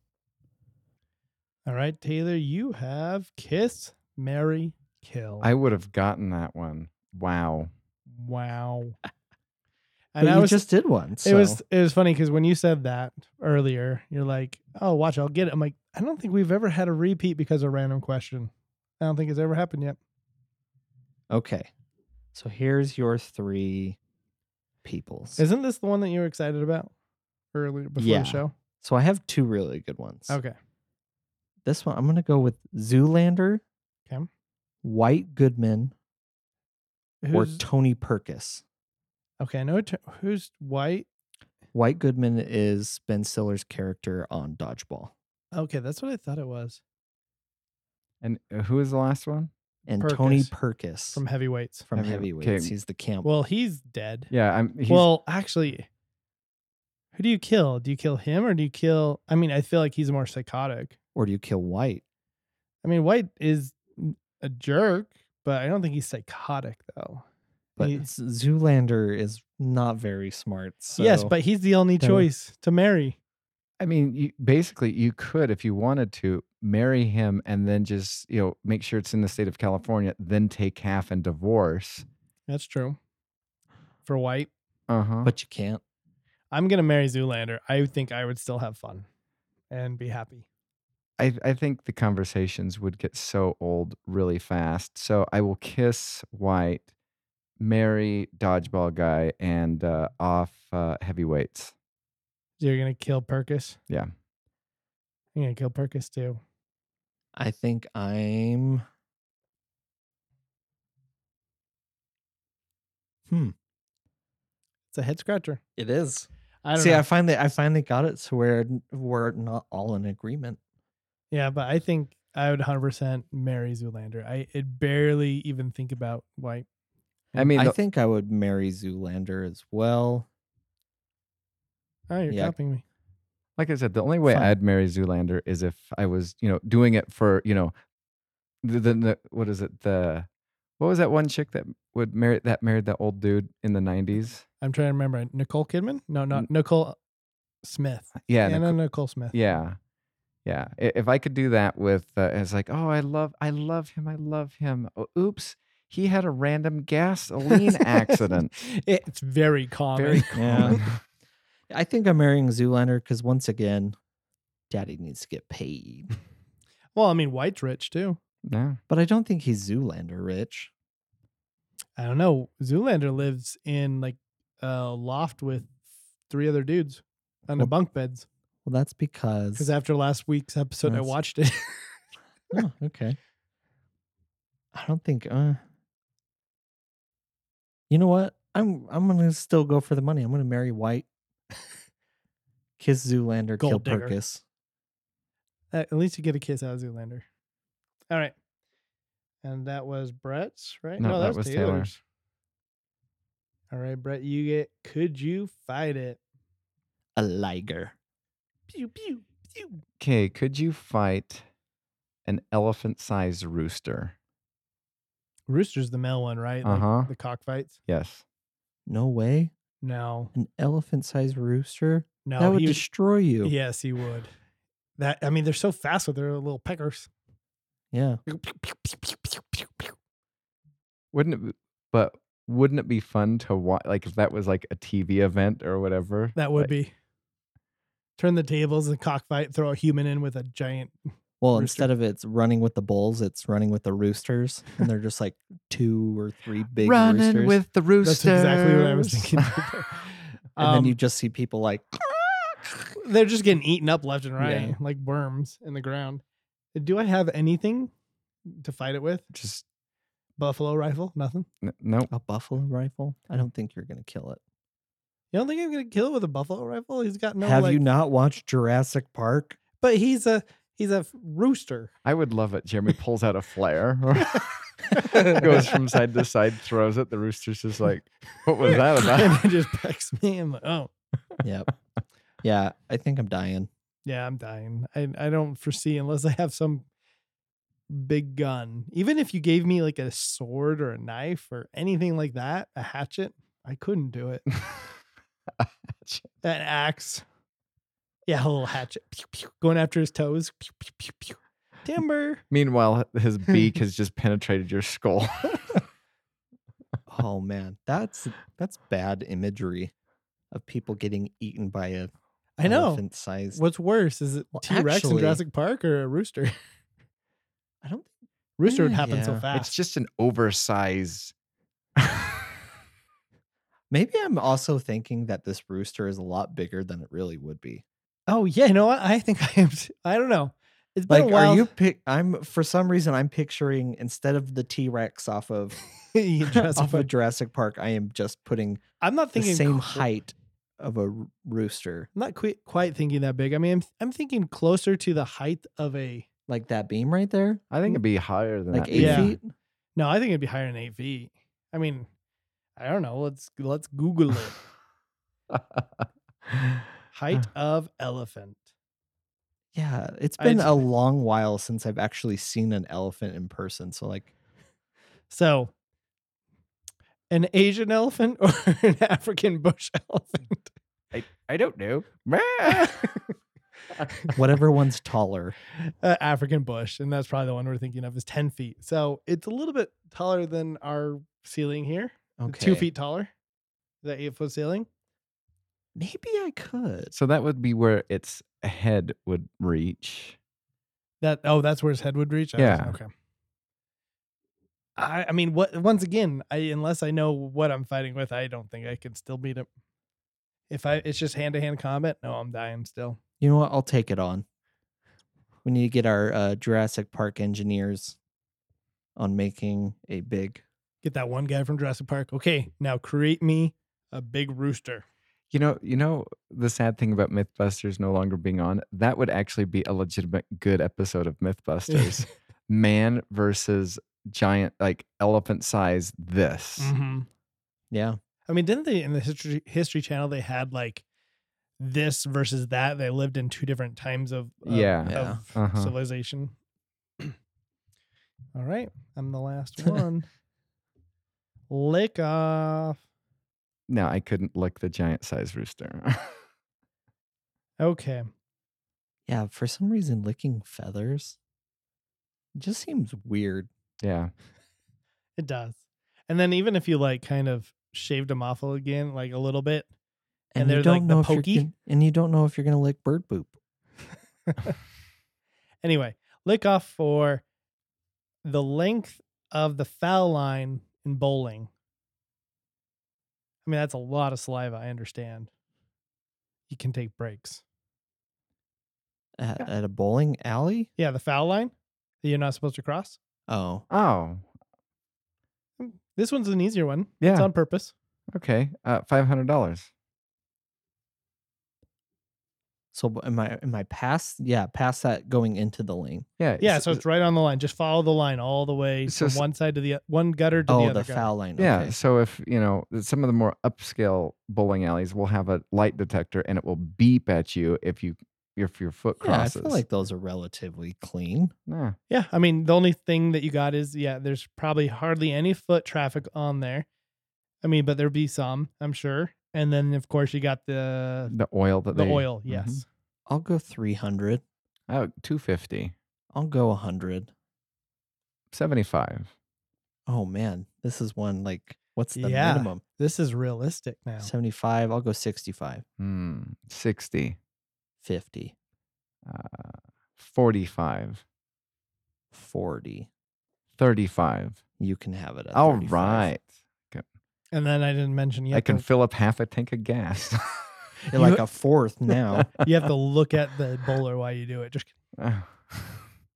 Speaker 3: All right, Taylor, you have kiss, marry, kill.
Speaker 2: I would have gotten that one. Wow.
Speaker 3: wow.
Speaker 1: And
Speaker 3: And I
Speaker 1: you
Speaker 3: was
Speaker 1: just did one.
Speaker 3: it was
Speaker 1: so-
Speaker 3: it was funny because when you said that earlier, you're like, "Oh, watch, I'll get it." I'm like, I don't think we've ever had a repeat because of random question. I don't think it's ever happened yet.
Speaker 1: okay. So here's your three peoples.
Speaker 3: Isn't this the one that you were excited about earlier before
Speaker 1: Yeah.
Speaker 3: the show?
Speaker 1: so I have two really good ones.
Speaker 3: Okay,
Speaker 1: This one I'm gonna go with Zoolander,
Speaker 3: Okay.
Speaker 1: White Goodman, or
Speaker 3: who's,
Speaker 1: Tony Perkis.
Speaker 3: okay, I know it- who's white.
Speaker 1: White Goodman is Ben Stiller's character on Dodgeball,
Speaker 3: Okay, that's what I thought it was
Speaker 2: And uh, who was the last one?
Speaker 1: and Tony
Speaker 3: Perkis
Speaker 1: Perkis
Speaker 3: from
Speaker 1: from,
Speaker 3: heavyweights.
Speaker 2: Heavy-
Speaker 1: Heavyweights.
Speaker 2: okay.
Speaker 1: He's the camp.
Speaker 3: Well, he's dead.
Speaker 2: Yeah, I'm. He's,
Speaker 3: Well, actually, who do you kill? Do you kill him or do you kill? I mean, I feel like he's more psychotic.
Speaker 1: or do you kill White?
Speaker 3: I mean, White is a jerk, but I don't think he's psychotic though.
Speaker 1: But
Speaker 3: He-
Speaker 1: Z- Zoolander is not very smart. So
Speaker 3: yes, but he's the only
Speaker 1: so-
Speaker 3: choice to marry.
Speaker 2: I mean, you, basically, you could, if you wanted to, marry him and then just, you know, make sure it's in the state of California, then take half and divorce.
Speaker 3: That's true. For White,
Speaker 2: Uh huh.
Speaker 1: but you can't.
Speaker 3: I'm gonna marry Zoolander. I think I would still have fun and be happy.
Speaker 2: I, I think the conversations would get so old really fast. So I will kiss White, marry Dodgeball Guy, and uh, off uh, heavyweights.
Speaker 3: You're gonna kill Perkis.
Speaker 2: Yeah.
Speaker 3: You're gonna kill Perkis too.
Speaker 1: I think I'm.
Speaker 3: It's a head scratcher.
Speaker 1: It is.
Speaker 3: I don't
Speaker 1: See,
Speaker 3: know.
Speaker 1: I finally, I finally got it to where n- we're not all in agreement.
Speaker 3: yeah, but I think I would 100 percent marry Zoolander. I it barely even think about White.
Speaker 2: I mean,
Speaker 1: I
Speaker 2: the-
Speaker 1: think I would marry Zoolander as well.
Speaker 3: Oh, you're
Speaker 1: Yeah.
Speaker 3: copying me.
Speaker 2: like I said, the only way
Speaker 1: Fine.
Speaker 2: I'd marry Zoolander is if I was, you know, doing it for, you know, the, the, the what is it? The what was that one chick that would marry that married that old dude in the nineties?
Speaker 3: I'm trying to remember. Nicole Kidman? No,
Speaker 2: N-
Speaker 3: not Nicole Smith.
Speaker 2: Yeah,
Speaker 3: Anna
Speaker 2: Nicole-
Speaker 3: Nicole Smith.
Speaker 2: yeah, yeah. I- If I could do that with, uh, it's like, oh, I love, I love him, I love him. Oh, oops, he had a random gasoline accident.
Speaker 3: It- It's very common.
Speaker 2: Very
Speaker 1: Yeah.
Speaker 2: common.
Speaker 1: I think I'm marrying Zoolander because once again, Daddy needs to get paid.
Speaker 3: Well, I mean, White's rich too.
Speaker 2: Yeah.
Speaker 1: But I don't think he's Zoolander rich.
Speaker 3: I don't know. Zoolander lives in like a loft with three other dudes on the
Speaker 1: Well,
Speaker 3: bunk beds.
Speaker 1: Well, that's because.
Speaker 3: Because after last week's episode, I
Speaker 1: That's-
Speaker 3: watched it.
Speaker 1: oh, okay. I don't think. Uh, you know what? I'm I'm gonna still go for the money. I'm gonna marry White, kiss Zoolander,
Speaker 3: Gold
Speaker 1: kill
Speaker 3: digger.
Speaker 1: Perkis.
Speaker 3: Uh, At least you get a kiss out of Zoolander. All right. And that was Brett's, right?
Speaker 2: No, that was Taylor's.
Speaker 3: All right, Brett, you get could you fight it?
Speaker 1: A liger.
Speaker 3: Pew pew pew.
Speaker 2: Okay, could you fight an elephant-sized rooster?
Speaker 3: Rooster's the male one, right?
Speaker 2: Uh-huh.
Speaker 3: Like the cockfights.
Speaker 2: Yes.
Speaker 1: No way.
Speaker 3: No,
Speaker 1: An elephant-sized rooster.
Speaker 3: no,
Speaker 1: that would
Speaker 3: he
Speaker 1: destroy you.
Speaker 3: Yes, he would. That I mean, they're so fast with their little peckers.
Speaker 1: Yeah.
Speaker 2: wouldn't it be, but wouldn't it be fun to watch like if that was like a tv event or whatever
Speaker 3: That would
Speaker 2: like,
Speaker 3: be. Turn the tables and cockfight. Throw a human in with a giant.
Speaker 1: Well,
Speaker 3: Rooster.
Speaker 1: instead of it's running with the bulls, it's running with the roosters, and they're just like two or three big
Speaker 2: running
Speaker 1: roosters.
Speaker 2: with the roosters
Speaker 3: That's exactly what I was thinking.
Speaker 1: and
Speaker 3: Um,
Speaker 1: then you just see people like
Speaker 3: they're just getting eaten up left and right,
Speaker 1: Yeah.
Speaker 3: like worms in the ground. Do I have anything to fight it with?
Speaker 2: just
Speaker 3: Buffalo rifle? Nothing.
Speaker 2: n- nope
Speaker 1: a buffalo rifle. I don't think you're gonna kill it.
Speaker 3: You don't think I'm gonna kill it with a buffalo rifle? He's got no.
Speaker 1: Have you
Speaker 3: like-
Speaker 1: not watched Jurassic Park?
Speaker 3: But he's a he's a rooster.
Speaker 2: i would love it jeremy pulls out a flare goes from side to side throws it the rooster's just like what was that
Speaker 3: and
Speaker 2: about
Speaker 3: it just pecks me. I'm like, oh
Speaker 1: Yep. Yeah, I think I'm dying.
Speaker 3: yeah, I'm dying. I I don't foresee unless I have some big gun. Even if you gave me like a sword or a knife or anything like that, a hatchet, I couldn't do it. An axe. Yeah, a little hatchet. Pew, pew, going after his toes. Pew, pew, pew, pew. Timber.
Speaker 2: Meanwhile, his beak has just penetrated your skull.
Speaker 1: oh man, that's that's bad imagery of people getting eaten by a
Speaker 3: I know.
Speaker 1: elephant sized.
Speaker 3: What's worse? Is it
Speaker 1: Well,
Speaker 3: T Rex in
Speaker 1: actually-
Speaker 3: Jurassic Park or a rooster?
Speaker 1: I don't. think-
Speaker 3: Rooster would
Speaker 1: Eh,
Speaker 3: happen so
Speaker 1: yeah.
Speaker 3: fast.
Speaker 2: it's just an oversized.
Speaker 1: Maybe I'm also thinking that this rooster is a lot bigger than it really would be.
Speaker 3: oh yeah, you know what? I think I am. T- I don't know. It's been
Speaker 1: Like,
Speaker 3: a while.
Speaker 1: are you pick? I'm for some reason I'm picturing instead of the T Rex off of
Speaker 3: in Jurassic
Speaker 1: off
Speaker 3: Park.
Speaker 1: of Jurassic Park, I am just putting
Speaker 3: I'm not
Speaker 1: the
Speaker 3: thinking
Speaker 1: same
Speaker 3: cl-
Speaker 1: height of a r- rooster,
Speaker 3: I'm not quite quite thinking that big. I mean, I'm, I'm thinking closer to the height of a.
Speaker 1: like that beam right there,
Speaker 2: I think it'd be higher than
Speaker 1: like
Speaker 2: that.
Speaker 1: eight
Speaker 3: Yeah.
Speaker 1: feet.
Speaker 3: No, I think it'd be higher than eight feet. I mean, I don't know. Let's let's Google it. Height of elephant.
Speaker 1: Yeah, it's
Speaker 3: I
Speaker 1: been
Speaker 3: d-
Speaker 1: a long while since I've actually seen an elephant in person. So like,
Speaker 3: So, an Asian elephant or an African bush elephant?
Speaker 2: I, I don't know.
Speaker 1: whatever one's taller.
Speaker 3: uh, African bush, and that's probably the one we're thinking of is ten feet. So it's a little bit taller than our ceiling here. It's
Speaker 1: Okay,
Speaker 3: Two feet taller. The eight foot ceiling.
Speaker 1: Maybe I could.
Speaker 2: so that would be where its head would reach.
Speaker 3: That oh, that's where his head would reach. I was-
Speaker 2: Yeah.
Speaker 3: Okay. I I mean, what once again, I unless I know what I'm fighting with, I don't think I can still beat him. If I it's just hand to hand combat, no, I'm dying still.
Speaker 1: You know what? I'll take it on. We need to get our uh, Jurassic Park engineers on making a big.
Speaker 3: Get that one guy from Jurassic Park. Okay, now create me a big rooster.
Speaker 2: You know, you know the sad thing about MythBusters no longer being on. That would actually be a legitimate good episode of MythBusters. Man versus giant, like elephant size. This.
Speaker 3: Mhm.
Speaker 1: Yeah.
Speaker 3: I mean, didn't they in the history History Channel they had like this versus that? They lived in two different times of, of-
Speaker 2: Yeah.
Speaker 1: Yeah.
Speaker 3: of
Speaker 2: Uh-huh.
Speaker 3: civilization. All right, I'm the last one. Lick off.
Speaker 2: No, I couldn't lick the giant size rooster.
Speaker 3: Okay,
Speaker 1: Yeah. For some reason, licking feathers just seems weird.
Speaker 2: yeah.
Speaker 3: it does. And then even if you like kind of shaved them off again, like a little bit, And
Speaker 1: you
Speaker 3: they're
Speaker 1: don't
Speaker 3: like the
Speaker 1: know if you're
Speaker 3: pokey?
Speaker 1: gon- and you don't know if you're gonna lick bird poop.
Speaker 3: Anyway, lick off for the length of the foul line in bowling. I mean, that's a lot of saliva. I understand. You can take breaks.
Speaker 1: at, at a bowling alley?
Speaker 3: Yeah, the foul line that you're not supposed to cross. Mm,
Speaker 1: Oh,
Speaker 2: Oh.
Speaker 3: This one's an easier one. It's
Speaker 2: Yeah.
Speaker 3: on purpose.
Speaker 2: okay. Uh, Five hundred dollars.
Speaker 1: so b- am I am I past? Yeah, past that going into the lane.
Speaker 2: Yeah.
Speaker 3: Yeah, so it's right on the line. Just follow the line all the way
Speaker 2: So
Speaker 3: from
Speaker 2: s-
Speaker 3: one side to the o- one gutter to the
Speaker 1: Oh,
Speaker 3: other.
Speaker 1: the
Speaker 3: gutter.
Speaker 1: foul line.
Speaker 2: Yeah.
Speaker 1: okay.
Speaker 2: So if you know some of the more upscale bowling alleys will have a light detector and it will beep at you if you if your foot
Speaker 1: Yeah, I
Speaker 2: crosses.
Speaker 1: feel like those are relatively clean.
Speaker 2: Nah.
Speaker 3: Yeah, I mean, the only thing that you got is yeah, there's probably hardly any foot traffic on there. I mean, but there'd be some, I'm sure. And then of course you got the
Speaker 2: the oil that
Speaker 3: the
Speaker 2: they
Speaker 3: oil,
Speaker 2: Mhm.
Speaker 3: yes.
Speaker 1: I'll go three hundred.
Speaker 2: Oh, 250.
Speaker 1: I'll go hundred.
Speaker 2: 75.
Speaker 1: Oh man, this is one like what's the
Speaker 3: Yeah.
Speaker 1: minimum?
Speaker 3: This is realistic now.
Speaker 1: Seventy five. I'll go 65,
Speaker 2: Hmm. 60.
Speaker 1: 50,
Speaker 2: Uh, 45.
Speaker 1: 40.
Speaker 2: 35.
Speaker 1: You can have it. At
Speaker 2: All
Speaker 1: 35.
Speaker 2: right.
Speaker 3: And then I didn't mention you
Speaker 2: I
Speaker 3: have,
Speaker 2: can
Speaker 3: to,
Speaker 2: fill up half a tank of gas.
Speaker 1: You're like a fourth now.
Speaker 3: you have to look at the bowler while you do it. Just
Speaker 2: Uh,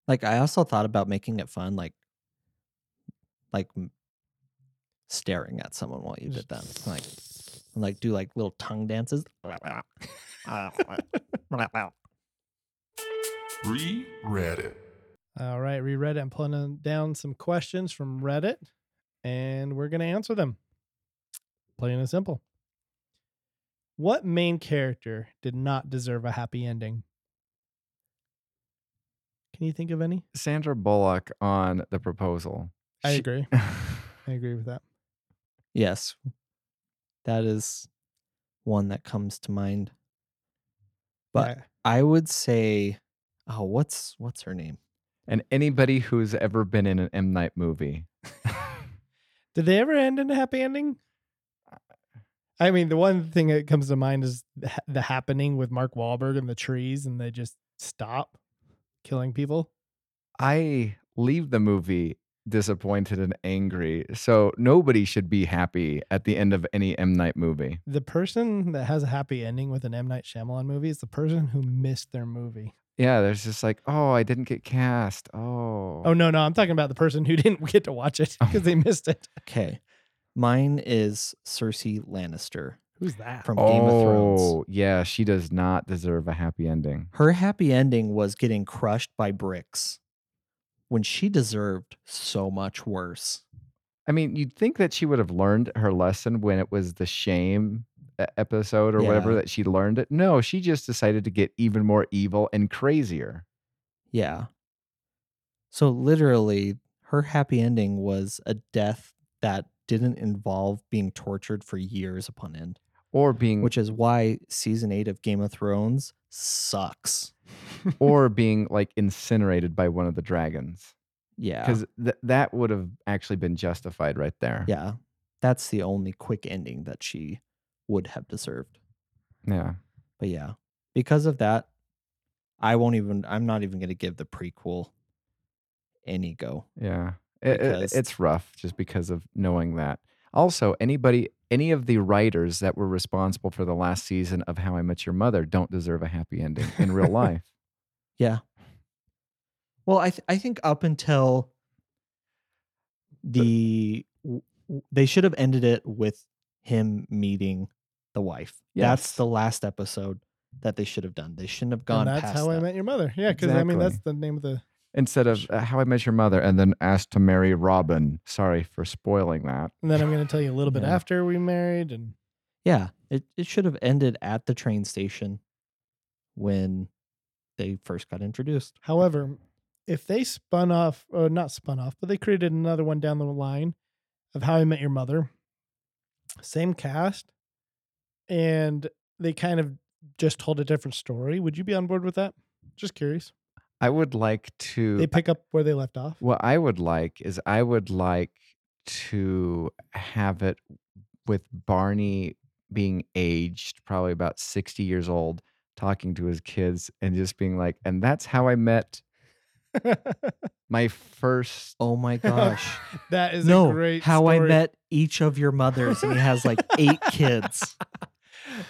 Speaker 1: like I also thought about making it fun, like like m- staring at someone while you did that. Like and like do like little tongue dances.
Speaker 4: Re-read it.
Speaker 3: all right, reread it. I'm pulling in- down some questions from Reddit and we're gonna answer them. Plain and simple. What main character did not deserve a happy ending? Can you think of any?
Speaker 2: Sandra Bullock on the proposal.
Speaker 3: I
Speaker 2: She-
Speaker 3: agree. I agree with that.
Speaker 1: yes. That is one that comes to mind. But
Speaker 3: Yeah.
Speaker 1: I would say oh what's what's her name?
Speaker 2: and anybody who's ever been in an M Night movie.
Speaker 3: Did they ever end in a happy ending? I mean, the one thing that comes to mind is the ha- the happening with Mark Wahlberg and the trees, and they just stop killing people.
Speaker 2: I leave the movie disappointed and angry. So nobody should be happy at the end of any M Night movie.
Speaker 3: The person that has a happy ending with an M Night Shyamalan movie is the person who missed their movie.
Speaker 2: Yeah, there's just like, oh, I didn't get cast. Oh.
Speaker 3: Oh no, no, I'm talking about the person who didn't get to watch it because they missed it.
Speaker 1: Okay. Mine is Cersei Lannister
Speaker 3: Who's that?
Speaker 1: from Game of Thrones.
Speaker 2: Oh, yeah, she does not deserve a happy ending.
Speaker 1: Her happy ending was getting crushed by bricks when she deserved so much worse.
Speaker 2: I mean, you'd think that she would have learned her lesson when it was the shame e- episode or whatever
Speaker 1: Yeah.
Speaker 2: that she learned it. No, she just decided to get even more evil and crazier.
Speaker 1: Yeah. So literally, her happy ending was a death that didn't involve being tortured for years upon end,
Speaker 2: Or being
Speaker 1: which is why season eight of Game of Thrones sucks.
Speaker 2: or being like incinerated by one of the dragons.
Speaker 1: Yeah.
Speaker 2: Because th- that would have actually been justified right there.
Speaker 1: Yeah. That's the only quick ending that she would have deserved.
Speaker 2: Yeah.
Speaker 1: But yeah, because of that, I won't even, I'm not even going to give the prequel any go.
Speaker 2: Yeah. It- it-
Speaker 1: Because-
Speaker 2: it's rough just because of knowing that. Also, anybody, any of the writers that were responsible for the last season of How I Met Your Mother don't deserve a happy ending in real life.
Speaker 1: Yeah. Well, I th- I think up until
Speaker 3: Uh
Speaker 1: the w- w- they should have ended it with him meeting the wife. That's
Speaker 2: Yes.
Speaker 1: the last episode that they should have done. They shouldn't have
Speaker 3: And
Speaker 1: gone
Speaker 3: that's
Speaker 1: past
Speaker 3: how I
Speaker 1: that.
Speaker 3: met your mother. Yeah, because I mean that's the name of the.
Speaker 2: Instead of uh, How I Met Your Mother and then asked to marry Robin. Sorry for spoiling that.
Speaker 3: And then I'm going to tell you a little bit
Speaker 1: Yeah.
Speaker 3: after we married, and
Speaker 1: Yeah, it it should have ended at the train station when they first got introduced.
Speaker 3: However, if they spun off, or not spun off, but they created another one down the line of How I Met Your Mother, same cast, and they kind of just told a different story, would you be on board with that? Just curious.
Speaker 2: I would like to.
Speaker 3: They pick up where they left off.
Speaker 2: What I would like is I would like to have it with Barney being aged, probably about 60 years old, talking to his kids and just being like, and that's how I met my first.
Speaker 1: Oh my gosh.
Speaker 3: that is
Speaker 1: no,
Speaker 3: a great
Speaker 1: how I
Speaker 3: story.
Speaker 1: met each of your mothers and he has like eight kids.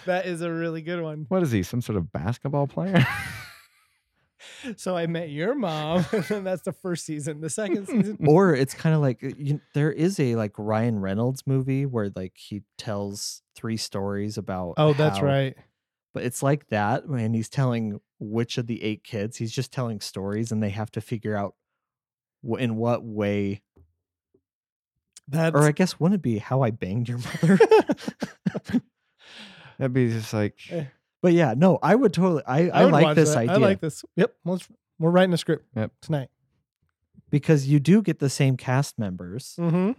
Speaker 3: That is a really good one.
Speaker 2: What is he? Some sort of basketball player?
Speaker 3: So I met your mom, and then that's the first season. The second season,
Speaker 1: or it's kind of like uh, you, there is a like Ryan Reynolds movie where like he tells three stories about
Speaker 3: oh, that's
Speaker 1: how-
Speaker 3: right.
Speaker 1: but it's like that when he's telling which of the eight kids he's just telling stories and they have to figure out wh- in what way
Speaker 3: That's
Speaker 1: or I guess wouldn't it be how I banged your mother
Speaker 2: That'd be just like,
Speaker 3: Eh.
Speaker 1: but yeah no I would totally I, I,
Speaker 3: would
Speaker 1: like
Speaker 3: watch
Speaker 1: this
Speaker 3: that.
Speaker 1: idea
Speaker 3: I like this. Yep. Let's, we're writing a script
Speaker 2: Yep.
Speaker 3: tonight.
Speaker 1: because you do get the same cast members
Speaker 3: Mm-hmm.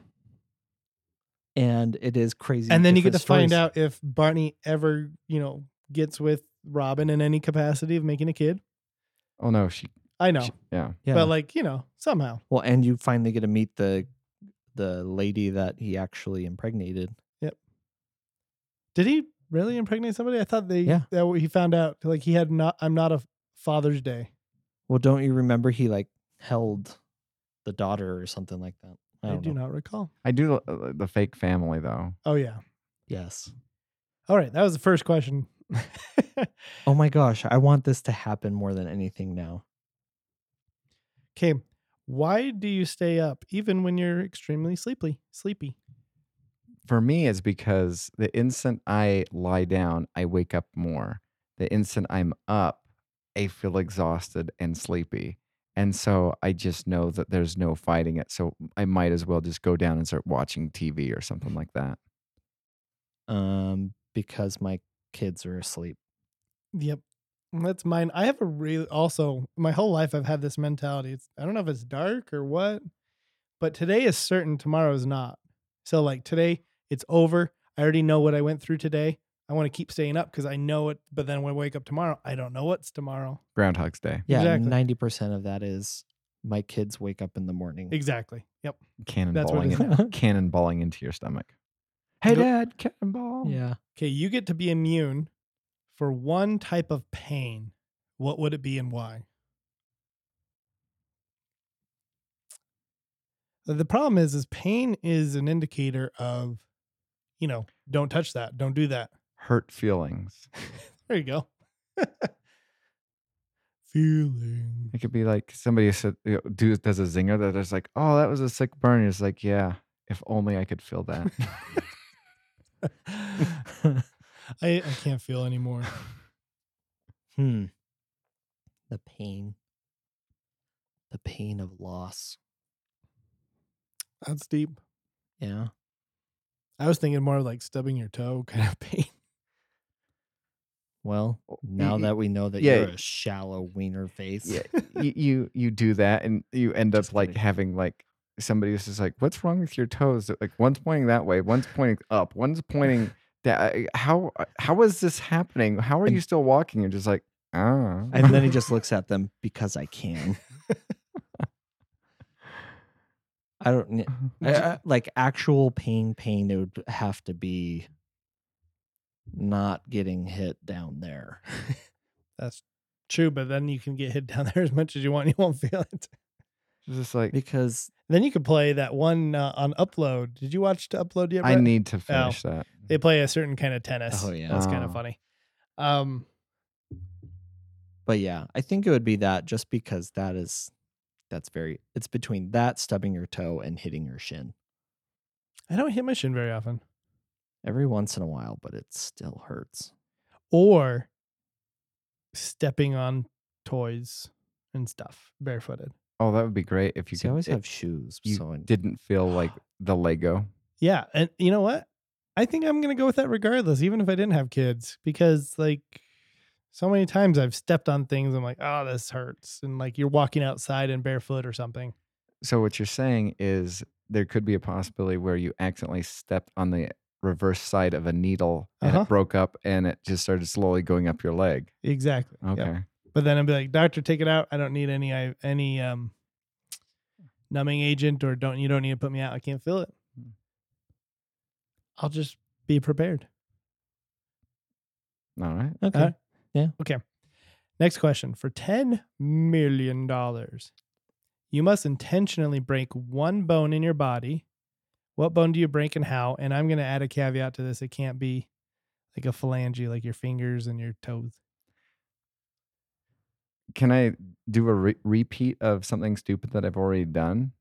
Speaker 1: and it is crazy
Speaker 3: And then you get to
Speaker 1: different
Speaker 3: find
Speaker 1: stories.
Speaker 3: out if Barney ever, you know, gets with Robin in any capacity of making a kid.
Speaker 2: oh no, she,
Speaker 3: I know,
Speaker 2: she- yeah.
Speaker 1: yeah
Speaker 3: but like, you know, somehow.
Speaker 1: Well, and you finally get to meet the the lady that he actually impregnated.
Speaker 3: Did he really impregnate somebody? I thought they,
Speaker 1: Yeah.
Speaker 3: that he found out, like, he had not, I'm not a Father's Day.
Speaker 1: Well, don't you remember he like held the daughter or something like that? I
Speaker 3: I,
Speaker 1: don't
Speaker 3: do
Speaker 1: know.
Speaker 3: not recall.
Speaker 2: I do l- uh, the fake family though.
Speaker 3: Oh, yeah.
Speaker 1: Yes.
Speaker 3: All right. That was the first question.
Speaker 1: Oh my gosh, I want this to happen more than anything now.
Speaker 3: okay. Why do you stay up even when you're extremely sleepy? Sleepy.
Speaker 2: for me is because the instant I lie down, I wake up more. The instant I'm up, I feel exhausted and sleepy. And so I just know that there's no fighting it. So I might as well just go down and start watching TV or something like that.
Speaker 1: Um, because my kids are asleep.
Speaker 3: Yep. That's mine. I have a really also my whole life I've had this mentality. It's I don't know if it's dark or what, but today is certain, tomorrow is not. So like today it's over. I already know what I went through today. I want to keep staying up because I know it, but then when I wake up tomorrow, I don't know what's tomorrow.
Speaker 2: Groundhog's Day.
Speaker 1: Yeah,
Speaker 3: Exactly.
Speaker 1: ninety percent of that is my kids wake up in the morning.
Speaker 3: Exactly. Yep. That's what
Speaker 2: Cannonballing
Speaker 3: it
Speaker 2: it, cannonballing into your stomach. Hey,
Speaker 3: Go-
Speaker 2: Dad, cannonball.
Speaker 1: yeah.
Speaker 3: Okay, you get to be immune for one type of pain. What would it be and why? The problem is is pain is an indicator of you know, don't touch that, don't do that.
Speaker 2: Hurt feelings.
Speaker 3: There you go. Feeling.
Speaker 2: It could be like somebody said, you know, do, does a zinger that is like, oh, that was a sick burn. It's like, yeah, if only I could feel that.
Speaker 3: I I can't feel anymore.
Speaker 1: Hmm. The pain. The pain of loss.
Speaker 3: That's deep.
Speaker 1: Yeah.
Speaker 3: I was thinking more like stubbing your toe kind of pain.
Speaker 1: Well,
Speaker 2: Oh, y-
Speaker 1: now
Speaker 2: y-
Speaker 1: that we know that
Speaker 2: yeah.
Speaker 1: you're a shallow wiener face.
Speaker 2: yeah, you, you you do that and you end
Speaker 1: Just
Speaker 2: up like
Speaker 1: kidding.
Speaker 2: having like somebody who's just like, what's wrong with your toes? They're Like one's pointing that way, one's pointing up, one's pointing down. How uh, how is this happening? How are
Speaker 1: And-
Speaker 2: you still walking? You're just like, ah.
Speaker 1: And then he just looks at them because I can. I don't kn- j-
Speaker 2: Uh,
Speaker 1: like actual pain. Pain it would have to be not getting hit down there.
Speaker 3: That's true, but then you can get hit down there as much as you want. You won't feel it.
Speaker 2: it's just like
Speaker 1: Because
Speaker 3: Then you could play that one uh, on Upload. Did you watch to Upload yet?
Speaker 2: I
Speaker 3: Brett?
Speaker 2: need to finish that.
Speaker 3: They play a certain kind of tennis.
Speaker 1: Oh, yeah.
Speaker 3: that's kind of
Speaker 2: Oh.
Speaker 3: funny. Um,
Speaker 1: but yeah, I think it would be that just because that is that's very it's between that stubbing your toe and hitting your shin
Speaker 3: I don't hit my shin very often,
Speaker 1: every once in a while, but it still hurts.
Speaker 3: or stepping on toys and stuff barefooted.
Speaker 2: Oh, that would be great if you
Speaker 1: See, I
Speaker 2: could-
Speaker 1: always
Speaker 2: if
Speaker 1: have shoes.
Speaker 2: you
Speaker 1: so I,
Speaker 2: didn't feel like the Lego.
Speaker 3: Yeah, and you know what? I think I'm gonna go with that regardless, even if I didn't have kids, because like so many times I've stepped on things. I'm like, oh, this hurts, and like you're walking outside and barefoot or something.
Speaker 2: So what you're saying is there could be a possibility where you accidentally stepped on the reverse side of a needle and
Speaker 3: Uh-huh.
Speaker 2: it broke up and it just started slowly going up your leg.
Speaker 3: Exactly. Yep.
Speaker 2: Okay.
Speaker 3: But then I'd be like, doctor, take it out. I don't need any I any um numbing agent or don't you don't need to put me out. I can't feel it.
Speaker 2: Mm.
Speaker 3: I'll just be prepared.
Speaker 2: All right.
Speaker 1: okay.
Speaker 3: Uh, Next question. For ten million dollars, you must intentionally break one bone in your body. What bone do you break and how? And I'm gonna add a caveat to this. It can't be like a phalange, like your fingers and your toes.
Speaker 2: Can I do a re- repeat of something stupid that I've already done?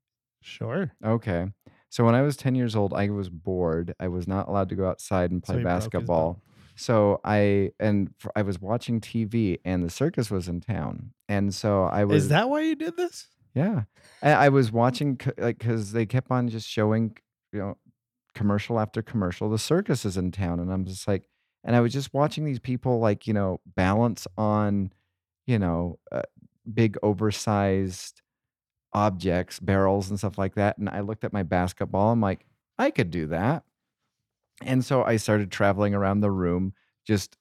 Speaker 3: Sure.
Speaker 2: Okay. So when I was 10 years old, I was bored. I was not allowed to go outside and
Speaker 3: So
Speaker 2: play
Speaker 3: he broke his
Speaker 2: basketball.
Speaker 3: bone.
Speaker 2: So I and f- I was watching TV and the circus was in town. And so I was
Speaker 3: Is that why you did this?
Speaker 2: Yeah, I, I was watching c- like because they kept on just showing you know commercial after commercial. The circus is in town, and I'm just like, and I was just watching these people like you know balance on you know uh, big oversized objects, barrels and stuff like that. And I looked at my basketball. I'm like, I could do that. And so I started traveling around the room, just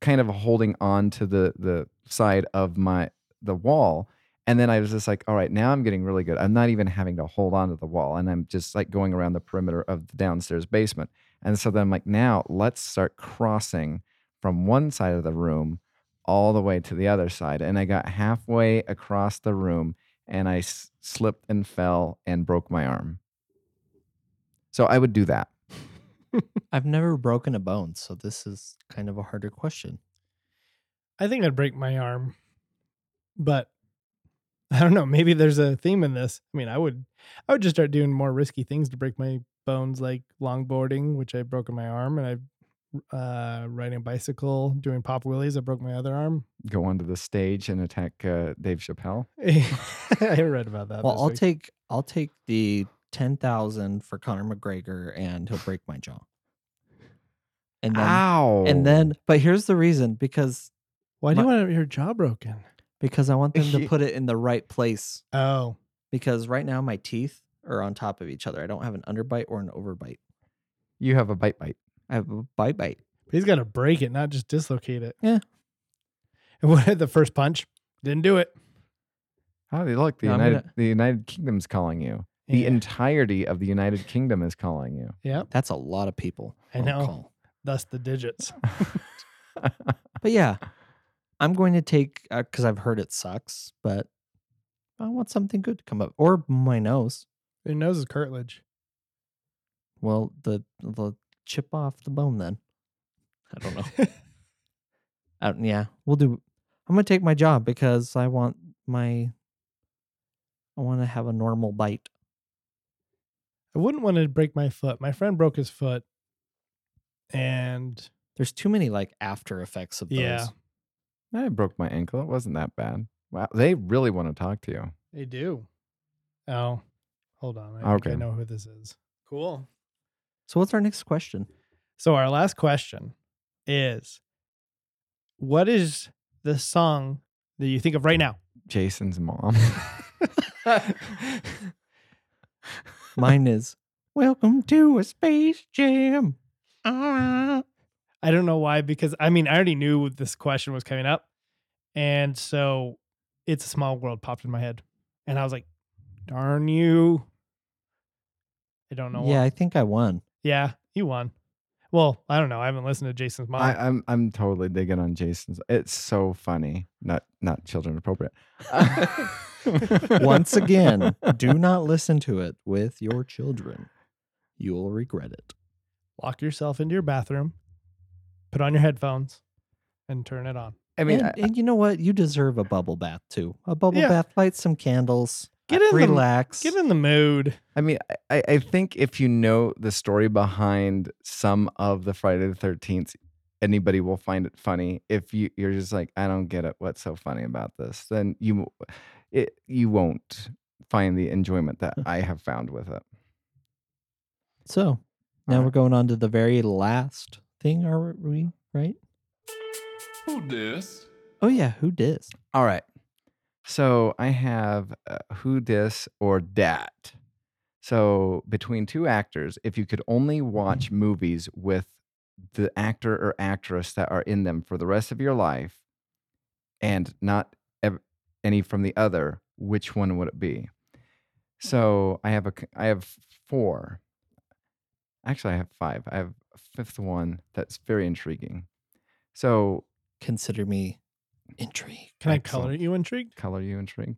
Speaker 2: kind of holding on to the the side of my the wall. And then I was just like, all right, now I'm getting really good. I'm not even having to hold on to the wall. And I'm just like going around the perimeter of the downstairs basement. And so then I'm like, now let's start crossing from one side of the room all the way to the other side. And I got halfway across the room and I s- slipped and fell and broke my arm. So I would do that.
Speaker 1: I've never broken a bone, so this is kind of a harder question.
Speaker 3: I think I'd break my arm, but I don't know. Maybe there's a theme in this. I mean, I would, I would just start doing more risky things to break my bones, like longboarding, which I broke my arm, and I, uh, riding a bicycle, doing pop wheelies, I broke my other arm.
Speaker 2: Go onto the stage and attack uh, Dave Chappelle.
Speaker 3: I read about that.
Speaker 1: Well,
Speaker 3: this
Speaker 1: I'll
Speaker 3: week.
Speaker 1: take I'll take the ten thousand for Conor McGregor, and he'll break my jaw. And then,
Speaker 2: Ow.
Speaker 1: and then, but here's the reason because
Speaker 3: Why do you
Speaker 1: my-
Speaker 3: want your jaw broken?
Speaker 1: because I want them to
Speaker 2: Yeah.
Speaker 1: put it in the right place.
Speaker 3: Oh,
Speaker 1: Because right now my teeth are on top of each other. I don't have an underbite or an overbite.
Speaker 2: you have a bite bite.
Speaker 1: I have a bite bite.
Speaker 3: but he's got to break it, not just dislocate it.
Speaker 1: Yeah.
Speaker 3: And what the first punch? Didn't do it.
Speaker 2: Oh, they- look, the
Speaker 1: No, I'm
Speaker 2: United
Speaker 1: gonna-
Speaker 2: the United Kingdom's calling you. The
Speaker 3: Yeah.
Speaker 2: entirety of the United Kingdom is calling you.
Speaker 3: Yep.
Speaker 1: That's a lot of people.
Speaker 3: I
Speaker 1: on
Speaker 3: know.
Speaker 1: call.
Speaker 3: Thus the digits.
Speaker 1: But yeah, I'm going to take because I've heard it sucks, but I want something good to come up or my nose.
Speaker 3: Your nose is curtilage.
Speaker 1: Well, the the chip off the bone then. I don't know. I don't- yeah, we'll do. I'm gonna take my job because I want my. I want to have a normal bite.
Speaker 3: I wouldn't want to break my foot. My friend broke his foot, and
Speaker 1: There's too many like after effects of those.
Speaker 3: Yeah.
Speaker 2: I broke my ankle. It wasn't that bad. Wow, they really want to talk to you.
Speaker 3: they do. Oh, hold on. I think I
Speaker 2: Okay.
Speaker 3: know who this is. Cool.
Speaker 1: So what's our next question?
Speaker 3: So our last question is, what is the song that you think of right now?
Speaker 2: Jason's mom.
Speaker 1: Mine is Welcome to a Space Jam. Ah.
Speaker 3: I don't know why, because I mean, I already knew this question was coming up. And so It's a Small World popped in my head. And I was like, darn you. I don't know.
Speaker 1: yeah,
Speaker 3: Why.
Speaker 1: I think I won.
Speaker 3: Yeah. You won. Well, I don't know. I haven't listened to Jason's mom.
Speaker 1: uh,
Speaker 2: I, I'm I'm totally digging on Jason's. It's so funny. Not not children appropriate.
Speaker 1: Once again, do not listen to it with your children. You'll regret it.
Speaker 3: Lock yourself into your bathroom, put on your headphones, and turn it on.
Speaker 2: I mean,
Speaker 1: and,
Speaker 2: I-
Speaker 1: and you know what? You deserve a bubble bath too. A bubble
Speaker 3: Yeah.
Speaker 1: bath, light some candles,
Speaker 3: Get in the-
Speaker 1: relax.
Speaker 3: Get in the mood.
Speaker 2: I mean, I- I, I think if you know the story behind some of the Friday the Thirteenth, anybody will find it funny. If you you're just like, I don't get it. What's so funny about this? Then you, w- it you won't find the enjoyment that I have found with it.
Speaker 1: So now
Speaker 2: Alright.
Speaker 1: we're going on to the very last thing, are we? Right?
Speaker 4: Who dis?
Speaker 1: Oh yeah, who dis?
Speaker 2: All right. So I have uh, who dis or dat. So between two actors, if you could only watch movies with the actor or actress that are in them for the rest of your life, and not ev- any from the other, which one would it be? So I have a c- I have four. Actually, I have five. I have a fifth one that's very intriguing. So
Speaker 1: Consider me intrigued.
Speaker 3: Can I color
Speaker 2: Excellent.
Speaker 3: you intrigued?
Speaker 2: color you intrigued.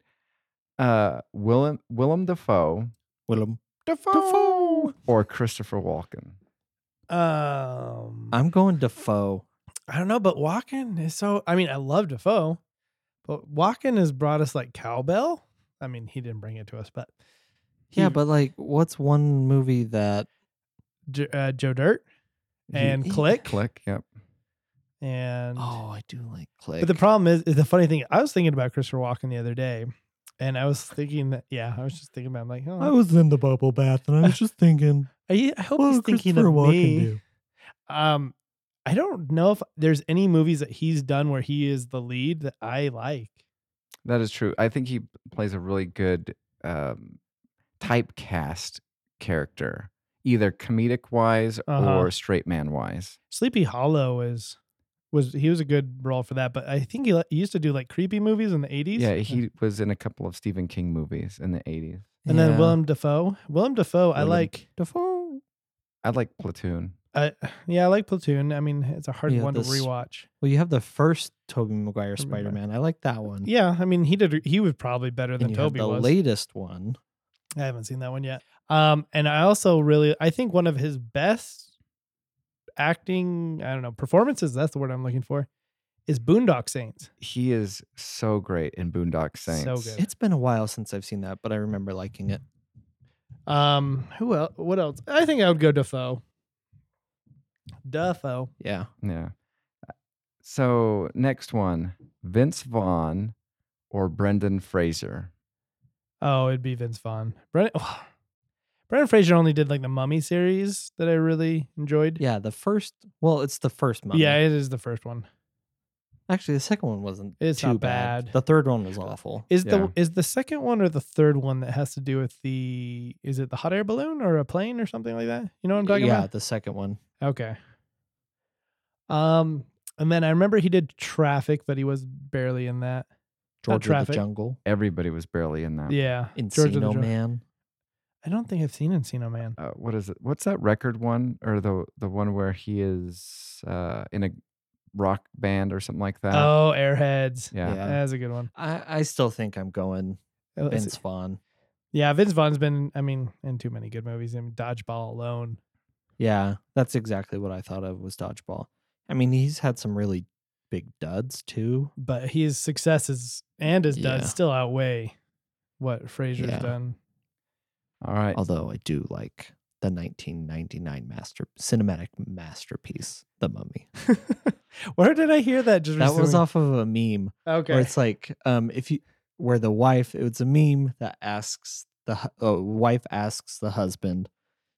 Speaker 2: Uh, Willem Willem Dafoe,
Speaker 3: um,
Speaker 1: Willem.
Speaker 3: Defoe.
Speaker 2: or Christopher Walken.
Speaker 3: Um,
Speaker 1: I'm going Defoe.
Speaker 3: I don't know, but Walken is so. I mean, I love Defoe, but Walken has brought us like cowbell. I mean, he didn't bring it to us, but
Speaker 1: Yeah,
Speaker 3: he-
Speaker 1: but like, what's one movie that
Speaker 3: J- uh, Joe Dirt
Speaker 2: He-
Speaker 3: and
Speaker 1: Yeah.
Speaker 3: Click
Speaker 2: Click, yep.
Speaker 3: and
Speaker 1: Oh, I do like Click.
Speaker 3: But the problem is, is the funny thing. I was thinking about Christopher Walken the other day, and I was thinking that yeah, I was just thinking about like oh,
Speaker 1: was in the bubble bath and I was just thinking,
Speaker 3: I, I hope he's thinking of me. Um, I don't know if there's any movies that he's done where he is the lead that I like.
Speaker 2: That is true. I think he p- plays a really good um, typecast character, either comedic wise
Speaker 3: Uh-huh.
Speaker 2: or straight man wise.
Speaker 3: Sleepy Hollow is was he was a good role for that, but I think he, li- he used to do like creepy movies in the eighties.
Speaker 2: Yeah, he was in a couple of Stephen King movies in the 80s.
Speaker 3: and then Willem Dafoe. Willem Dafoe, I
Speaker 2: Willem
Speaker 3: like.
Speaker 1: Defoe.
Speaker 2: I like Platoon.
Speaker 3: I yeah, I like Platoon. I mean, it's a hard
Speaker 1: Yeah,
Speaker 3: one to
Speaker 1: this-
Speaker 3: rewatch.
Speaker 1: Well, you have the first Toby Maguire
Speaker 2: Tobey Maguire.
Speaker 1: Spider Man. I like that one.
Speaker 3: Yeah, I mean, he did. He was probably better
Speaker 1: and
Speaker 3: than
Speaker 1: you
Speaker 3: Toby
Speaker 1: have the
Speaker 3: was.
Speaker 1: latest one.
Speaker 3: I haven't seen that one yet. Um, and I also really, I think one of his best acting, I don't know, performances. That's the word I'm looking for. Is Boondock Saints.
Speaker 2: He is so great in Boondock
Speaker 3: So
Speaker 2: Saints.
Speaker 3: good.
Speaker 1: It's been a while since I've seen that, but I remember liking it.
Speaker 3: Um, who else? What else? I think I would go Defoe. Defoe.
Speaker 1: Yeah.
Speaker 2: Yeah. Uh, So next one, Vince Vaughn or Brendan Fraser.
Speaker 3: Oh, it'd be Vince Vaughn. Brennan. Brendan Fraser only did like the Mummy series that I really enjoyed.
Speaker 1: Yeah. The first, well, it's the first mummy.
Speaker 3: yeah, it is the first one.
Speaker 1: Actually, the second one wasn't
Speaker 3: It's
Speaker 1: too
Speaker 3: not
Speaker 1: bad.
Speaker 3: bad.
Speaker 1: The third one was awful.
Speaker 3: Is
Speaker 2: Yeah.
Speaker 3: the is the second one or the third one that has to do with the is it the hot air balloon or a plane or something like that? You know what I'm talking
Speaker 1: yeah,
Speaker 3: about?
Speaker 1: the second one.
Speaker 3: Okay. Um, and then I remember he did traffic, but he was barely in that.
Speaker 1: Georgia the
Speaker 3: Traffic.
Speaker 1: Jungle,
Speaker 2: Everybody was barely in that.
Speaker 3: Yeah. Georgia the
Speaker 1: Encino
Speaker 3: Dra-
Speaker 1: Man.
Speaker 3: I don't think I've seen Encino Man.
Speaker 2: Uh, what is it? What's that record one or the the one where he is uh, in a rock band or something like that?
Speaker 3: oh, Airheads.
Speaker 2: yeah.
Speaker 1: Uh, yeah.
Speaker 3: That's a good one.
Speaker 1: I, I still think I'm going
Speaker 3: Oh, it's-
Speaker 1: Vince Vaughn.
Speaker 3: Yeah, Vince Vaughn's been, I mean, in too many good movies. I mean, Dodgeball alone.
Speaker 1: Yeah, that's exactly what I thought of was dodgeball. I mean, he's had some really big duds too.
Speaker 3: But his successes and his duds
Speaker 1: Yeah.
Speaker 3: still outweigh what Fraser's
Speaker 1: Yeah.
Speaker 3: done.
Speaker 2: All right.
Speaker 1: Although I do like the 1999 master cinematic masterpiece, The Mummy.
Speaker 3: Where did I hear that? Just
Speaker 1: That was
Speaker 3: recently?
Speaker 1: off of a meme where
Speaker 3: Okay.
Speaker 1: it's like, um, if you where the wife, it's a meme that asks the hu- uh, wife asks the husband,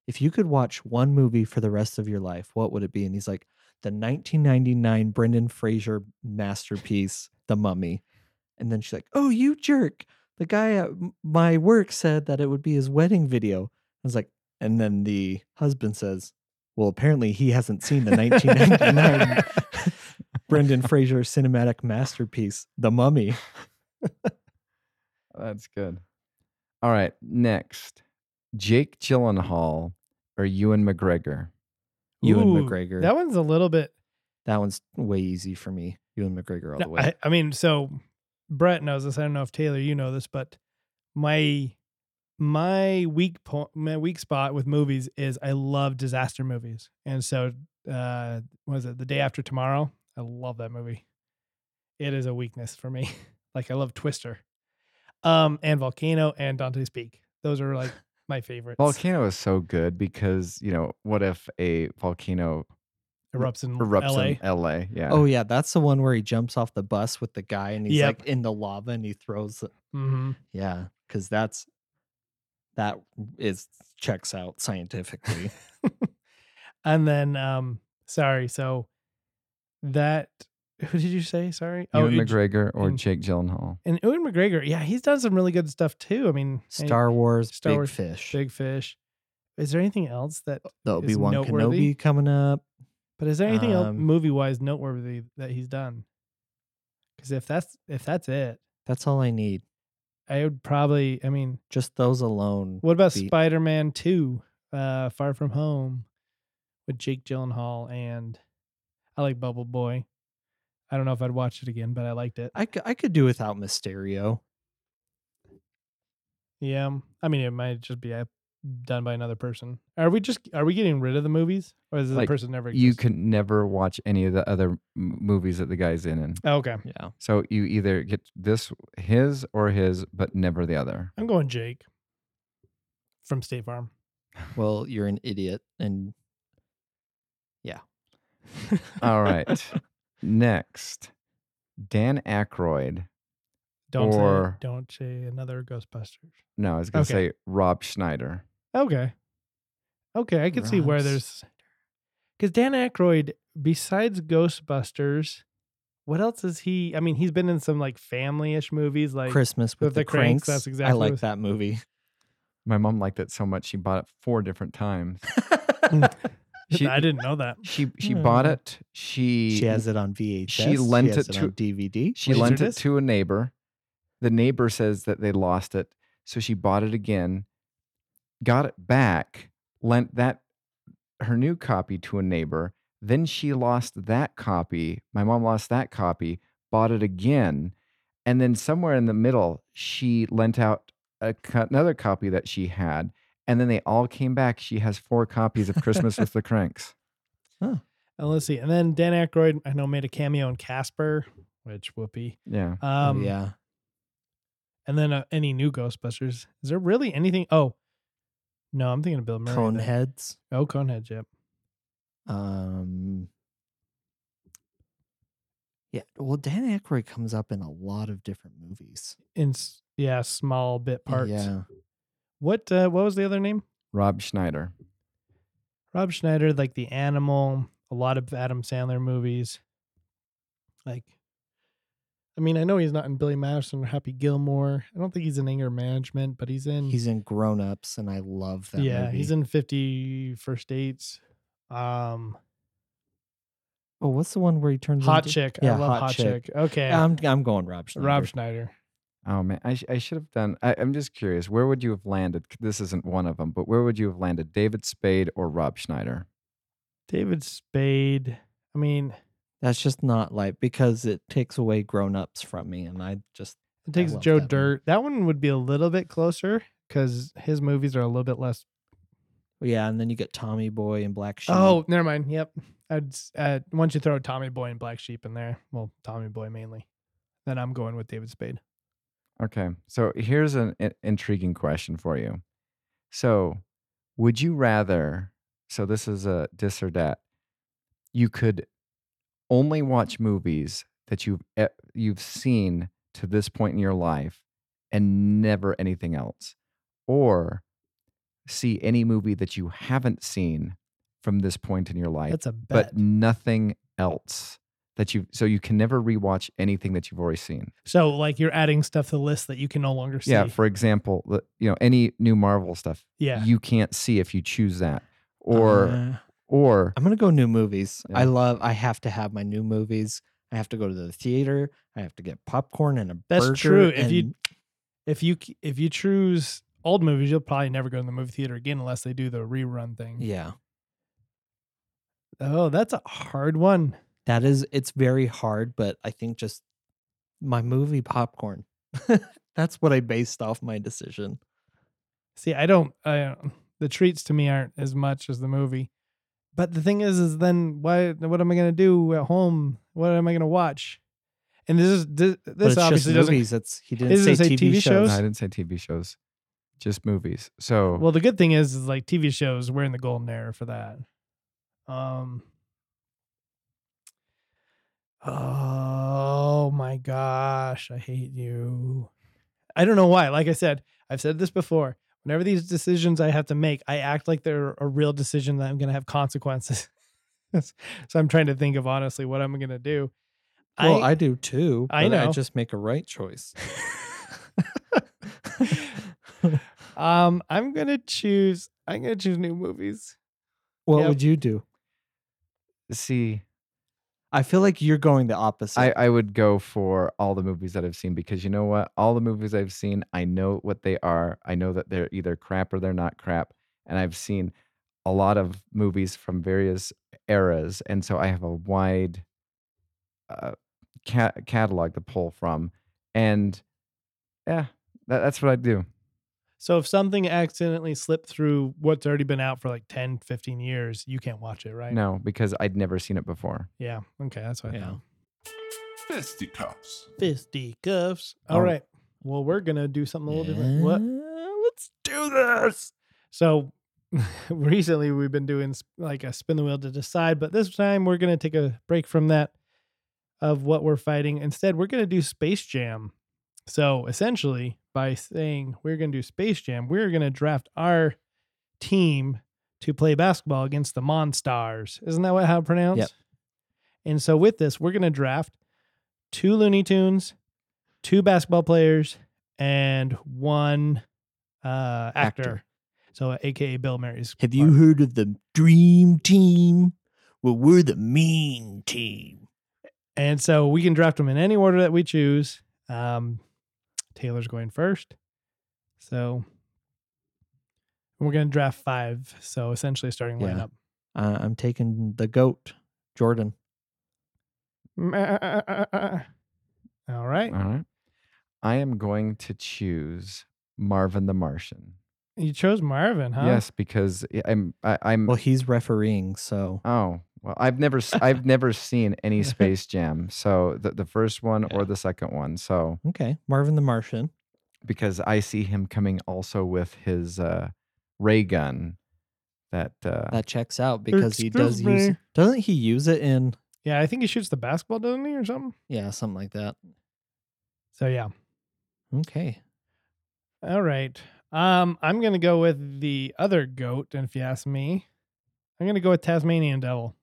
Speaker 1: if you could watch one movie for the rest of your life, what would it be? And he's like, the 1999 Brendan Fraser masterpiece, The Mummy. And then she's like, oh, you jerk! The guy at m- my work said that it would be his wedding video. I was like, and then the husband says, well, apparently he hasn't seen the 1999 Brendan Fraser cinematic masterpiece, The Mummy.
Speaker 2: That's good. All right. Next, Jake Gyllenhaal or Ewan McGregor.
Speaker 1: Ewan
Speaker 3: Ooh,
Speaker 1: McGregor.
Speaker 3: That one's a little bit.
Speaker 1: That one's way easy for me. Ewan McGregor all the
Speaker 3: No,
Speaker 1: way.
Speaker 3: I, I mean, so Brett knows this. I don't know if Taylor, you know this, but my my weak point, my weak spot with movies is I love disaster movies, and so uh, what is it? The day after tomorrow. I love that movie. It is a weakness for me. like I love Twister, um, and Volcano and Dante's Peak. Those are like my favorites.
Speaker 2: Volcano is so good because you know what if a volcano
Speaker 3: erupts in
Speaker 2: erupts
Speaker 3: L.A.
Speaker 2: in LA? Yeah.
Speaker 1: Oh yeah, that's the one where he jumps off the bus with the guy and he's
Speaker 3: Yep.
Speaker 1: like in the lava and he throws the-
Speaker 3: hmm
Speaker 1: yeah, cuz that's that is checks out scientifically.
Speaker 3: and then, um, sorry. So that who did you say? Sorry.
Speaker 2: Ewan
Speaker 3: oh, it- Mm.
Speaker 2: McGregor or
Speaker 3: in-
Speaker 2: Jake Gyllenhaal.
Speaker 3: and Ewan McGregor, yeah, he's done some really good stuff too. I mean, and
Speaker 1: Star Wars
Speaker 3: Star
Speaker 1: Big
Speaker 3: Wars,
Speaker 1: Fish.
Speaker 3: Big Fish. Is there anything else that?
Speaker 1: the
Speaker 3: is
Speaker 1: Obi-Wan
Speaker 3: noteworthy.
Speaker 1: Kenobi coming up.
Speaker 3: But is there anything else
Speaker 1: Um,
Speaker 3: movie wise noteworthy that he's done? Because if that's if that's it,
Speaker 1: That's all I need.
Speaker 3: I would probably. I mean,
Speaker 1: Just those alone.
Speaker 3: what about
Speaker 1: Be-
Speaker 3: Spider Man Two, uh, Far From Home, with Jake Gyllenhaal and I like Bubble Boy. I don't know if I'd watch it again, but I liked it.
Speaker 1: I could, I could do without Mysterio.
Speaker 3: Yeah, um, I mean, it might just be uh, done by another person. Are we just are we getting rid of the movies, or is the
Speaker 2: Like,
Speaker 3: person never?
Speaker 2: You
Speaker 3: existed?
Speaker 2: can never watch any of the other m- movies that the guy's in. in.
Speaker 3: Oh, Okay.
Speaker 1: Yeah.
Speaker 2: So you either get this his or his, but never the other.
Speaker 3: I'm going Jake from State Farm.
Speaker 1: Well, you're an idiot and
Speaker 2: All right. Next, Dan Aykroyd.
Speaker 3: Don't
Speaker 2: Or-
Speaker 3: say don't say another Ghostbusters.
Speaker 2: No, I was gonna
Speaker 3: Okay.
Speaker 2: say Rob Schneider.
Speaker 3: Okay. Okay, I can see where
Speaker 1: Rob
Speaker 3: there's because Dan Aykroyd, besides Ghostbusters, what else is he? I mean, he's been in some like family-ish movies, like
Speaker 1: Christmas with, the, cranks.
Speaker 3: that's
Speaker 1: I
Speaker 3: exactly
Speaker 1: like
Speaker 3: what-
Speaker 1: that movie.
Speaker 2: My mom liked it so much she bought it four different times. She
Speaker 3: I didn't know that.
Speaker 2: she she bought
Speaker 1: Hmm.
Speaker 2: it. She
Speaker 1: she has it on VHS.
Speaker 2: lent
Speaker 1: has
Speaker 2: it
Speaker 1: on
Speaker 2: to-
Speaker 1: DVD.
Speaker 2: She lent it
Speaker 3: Laserdisc?
Speaker 2: to a neighbor. The neighbor says that they lost it, so she bought it again, got it back, lent that her new copy to a neighbor. Then she lost that copy. My mom lost that copy, bought it again, and then somewhere in the middle, she lent out a, co- another copy that she had, and then they all came back. She has four copies of Christmas with the Cranks.
Speaker 3: And let's see. And then Dan Aykroyd, I know, made a cameo in Casper, which whoopee.
Speaker 2: Yeah,
Speaker 1: Oh,
Speaker 3: Um,
Speaker 1: yeah.
Speaker 3: And then uh, any new Ghostbusters? Is there really anything? Oh, no, I'm thinking of Bill Murray. then.
Speaker 1: Coneheads.
Speaker 3: Oh, Conehead. Yep.
Speaker 1: Um, yeah, well, Dan Aykroyd comes up in a lot of different movies.
Speaker 3: In s- yeah, small bit parts.
Speaker 1: Yeah,
Speaker 3: What uh, What was the other name?
Speaker 2: Rob Schneider.
Speaker 3: Rob Schneider, like the animal. A lot of Adam Sandler movies. Like, I mean, I know he's not in Billy Madison or Happy Gilmore. I don't think he's in Anger Management, but he's in.
Speaker 1: he's in Grown Ups, and I love that.
Speaker 3: yeah,
Speaker 1: movie.
Speaker 3: he's in Fifty First Dates. Um,
Speaker 1: Oh, what's the one where he turns
Speaker 3: Hot
Speaker 1: into-
Speaker 3: Chick. I
Speaker 1: Yeah,
Speaker 3: love Hot, chick. Okay.
Speaker 1: I'm I'm going Rob Schneider.
Speaker 3: Rob Schneider.
Speaker 2: Oh man, I, sh- I should have done. I, I'm just curious. Where would you have landed? C- This isn't one of them, but where would you have landed? David Spade or Rob Schneider?
Speaker 3: David Spade. I mean,
Speaker 1: That's just not like because it takes away grown ups from me, and I just
Speaker 3: it takes
Speaker 1: love
Speaker 3: Joe
Speaker 1: that one.
Speaker 3: Dirt. That one would be a little bit closer because his movies are a little bit less.
Speaker 1: yeah. And then you get Tommy Boy and Black Sheep.
Speaker 3: Oh, never mind. Yep. I'd s- uh, once you throw Tommy Boy and Black Sheep in there, well, Tommy Boy mainly. Then I'm going with David Spade.
Speaker 2: Okay, so here's an, i- intriguing question for you. So, would you rather? So this is a dis or dat. You could only watch movies that you've e- you've seen to this point in your life, and never anything else, or see any movie that you haven't seen from this point in your life,
Speaker 3: That's a bet.
Speaker 2: but nothing else that you. So you can never rewatch anything that you've already seen.
Speaker 3: so like you're adding stuff to the list that you can no longer see.
Speaker 2: Yeah, for example, the- you know, any new Marvel stuff,
Speaker 3: yeah.
Speaker 2: you can't see if you choose that. Or
Speaker 1: Uh,
Speaker 2: or
Speaker 3: um,
Speaker 1: I'm gonna go new movies. I
Speaker 2: Yeah.
Speaker 1: love. I have to have my new movies. I have to go to the theater. I have to get popcorn and a
Speaker 3: That's
Speaker 1: burger.
Speaker 3: true. If you-
Speaker 1: and-
Speaker 3: if you c- if you choose old movies, you'll probably never go to the movie theater again unless they do the rerun thing.
Speaker 1: yeah,
Speaker 3: Oh, that's a hard one.
Speaker 1: that is. It's very hard, but I think just my movie popcorn. That's what I based off my decision.
Speaker 3: See, I don't. I don't- the treats to me aren't as much as the movie. But the thing is, is then why? What am I gonna do at home? What am I gonna watch? And this is this,
Speaker 1: But
Speaker 3: this
Speaker 1: it's
Speaker 3: obviously
Speaker 1: just
Speaker 3: doesn't.
Speaker 1: movies. That's he
Speaker 3: It
Speaker 1: didn't say,
Speaker 3: doesn't say
Speaker 1: TV,
Speaker 2: no,
Speaker 3: TV
Speaker 1: shows.
Speaker 3: shows?
Speaker 2: I didn't say TV shows, just movies. So
Speaker 3: Well, the good thing is, is like TV shows, we're in the golden era for that. Um. Oh my gosh, I hate you. I don't know why. Like I said, I've said this before. Whenever these decisions I have to make, I act like they're a real decision that I'm going to have consequences. so I'm trying to think of honestly what I'm going to do.
Speaker 1: Well, I, do too.
Speaker 3: I
Speaker 1: but I
Speaker 3: know.
Speaker 1: just make a right choice.
Speaker 3: um I'm going to choose I'm going to choose new movies.
Speaker 1: what
Speaker 3: Yep.
Speaker 1: would you do?
Speaker 2: see,
Speaker 1: I feel like you're going the opposite.
Speaker 2: I, I would go for all the movies that I've seen because you know what? All the movies I've seen, I know what they are. I know that they're either crap or they're not crap. And I've seen a lot of movies from various eras. And so I have a wide uh, ca- catalog to pull from. And yeah, that, that's what I do.
Speaker 3: So if something accidentally slipped through what's already been out for like 10, 15 years, you can't watch it, right?
Speaker 2: No, because I'd never seen it before.
Speaker 3: Yeah. Okay. That's what I
Speaker 1: Yeah.
Speaker 3: thought.
Speaker 4: Fisticuffs.
Speaker 3: Fisty cuffs.
Speaker 2: All
Speaker 3: All
Speaker 2: right.
Speaker 3: right. Well, we're going to do something a little different.
Speaker 1: Yeah,
Speaker 3: What?
Speaker 1: Let's do this.
Speaker 3: So recently we've been doing s- like a spin the wheel to decide, but this time we're going to take a break from that of what we're fighting. Instead, we're going to do Space Jam. So essentially, by saying we're going to do Space Jam, we're going to draft our team to play basketball against the Monstars. Isn't that what how it's pronounced?
Speaker 1: Yep.
Speaker 3: And so with this, we're going to draft two Looney Tunes, two basketball players, and one uh,
Speaker 1: Actor.
Speaker 3: actor. So, uh, AKA Bill Murray's.
Speaker 1: Have you heard of the Dream Team? Well, we're the Mean Team.
Speaker 3: And so we can draft them in any order that we choose. Um, Taylor's going first. So we're going to draft five. So essentially, a starting
Speaker 1: Yeah.
Speaker 3: lineup.
Speaker 1: Uh, I'm taking the goat, Jordan.
Speaker 3: All right.
Speaker 2: All right. I am going to choose Marvin the Martian.
Speaker 3: You chose Marvin, huh?
Speaker 2: Yes, because I'm I, I'm
Speaker 1: Well, he's refereeing, so
Speaker 2: Oh well, I've never s- I've never seen any Space Jam, so the the first one or
Speaker 1: Yeah.
Speaker 2: the second one. So
Speaker 1: okay. Marvin the Martian.
Speaker 2: because I see him coming also with his uh, ray gun, that uh,
Speaker 1: That checks out because he does
Speaker 3: Excuse
Speaker 1: use.
Speaker 3: me.
Speaker 1: Doesn't he use it in?
Speaker 3: Yeah. I think he shoots the basketball, doesn't he, or something?
Speaker 1: Yeah, something like that.
Speaker 3: So, yeah.
Speaker 1: Okay.
Speaker 3: All right. Um, I'm gonna go with the other goat, and if you ask me, I'm gonna go with Tasmanian Devil.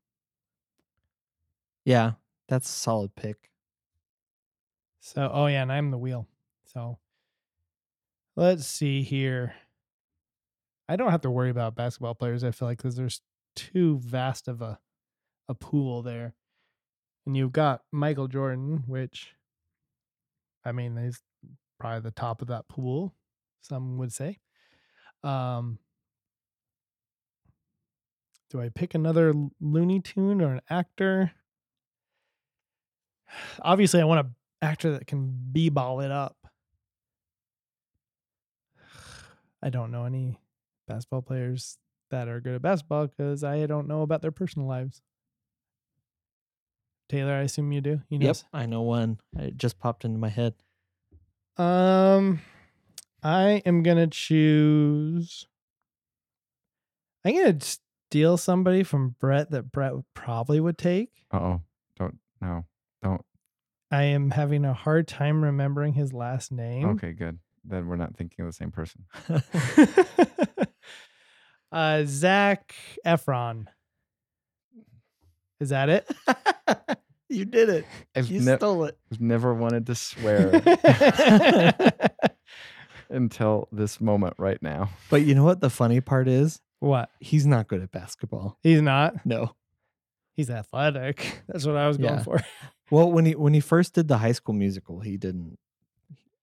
Speaker 1: Yeah, that's a solid pick.
Speaker 3: So, oh yeah, and I'm the wheel. So, let's see here. I don't have to worry about basketball players. I feel like because there's too vast of a a pool there, and you've got Michael Jordan, which, I mean, he's probably the top of that pool, some would say. Um, do I pick another L- Looney Tune or an actor? Obviously, I want an actor that can b-ball it up. I don't know any basketball players that are good at basketball because I don't know about their personal lives. Taylor, I assume you do. You know.
Speaker 1: Yep, I know one. It just popped into my head.
Speaker 3: Um, I am gonna choose. I'm gonna steal somebody from Brett that Brett would- probably would take.
Speaker 2: Uh oh. Don't no. Don't.
Speaker 3: I am having a hard time remembering his last name.
Speaker 2: Okay, good. Then we're not thinking of the same person.
Speaker 3: uh, Zach Efron. Is that it?
Speaker 1: you did it.
Speaker 2: I've,
Speaker 1: You
Speaker 2: ne-
Speaker 1: stole it.
Speaker 2: I've never wanted to swear until this moment right now.
Speaker 1: But you know what the funny part is?
Speaker 3: what?
Speaker 1: He's not good at basketball.
Speaker 3: He's not.
Speaker 1: No.
Speaker 3: He's athletic. That's what I was going
Speaker 1: Yeah.
Speaker 3: for.
Speaker 1: Well, when he when he first did the high school musical, he didn't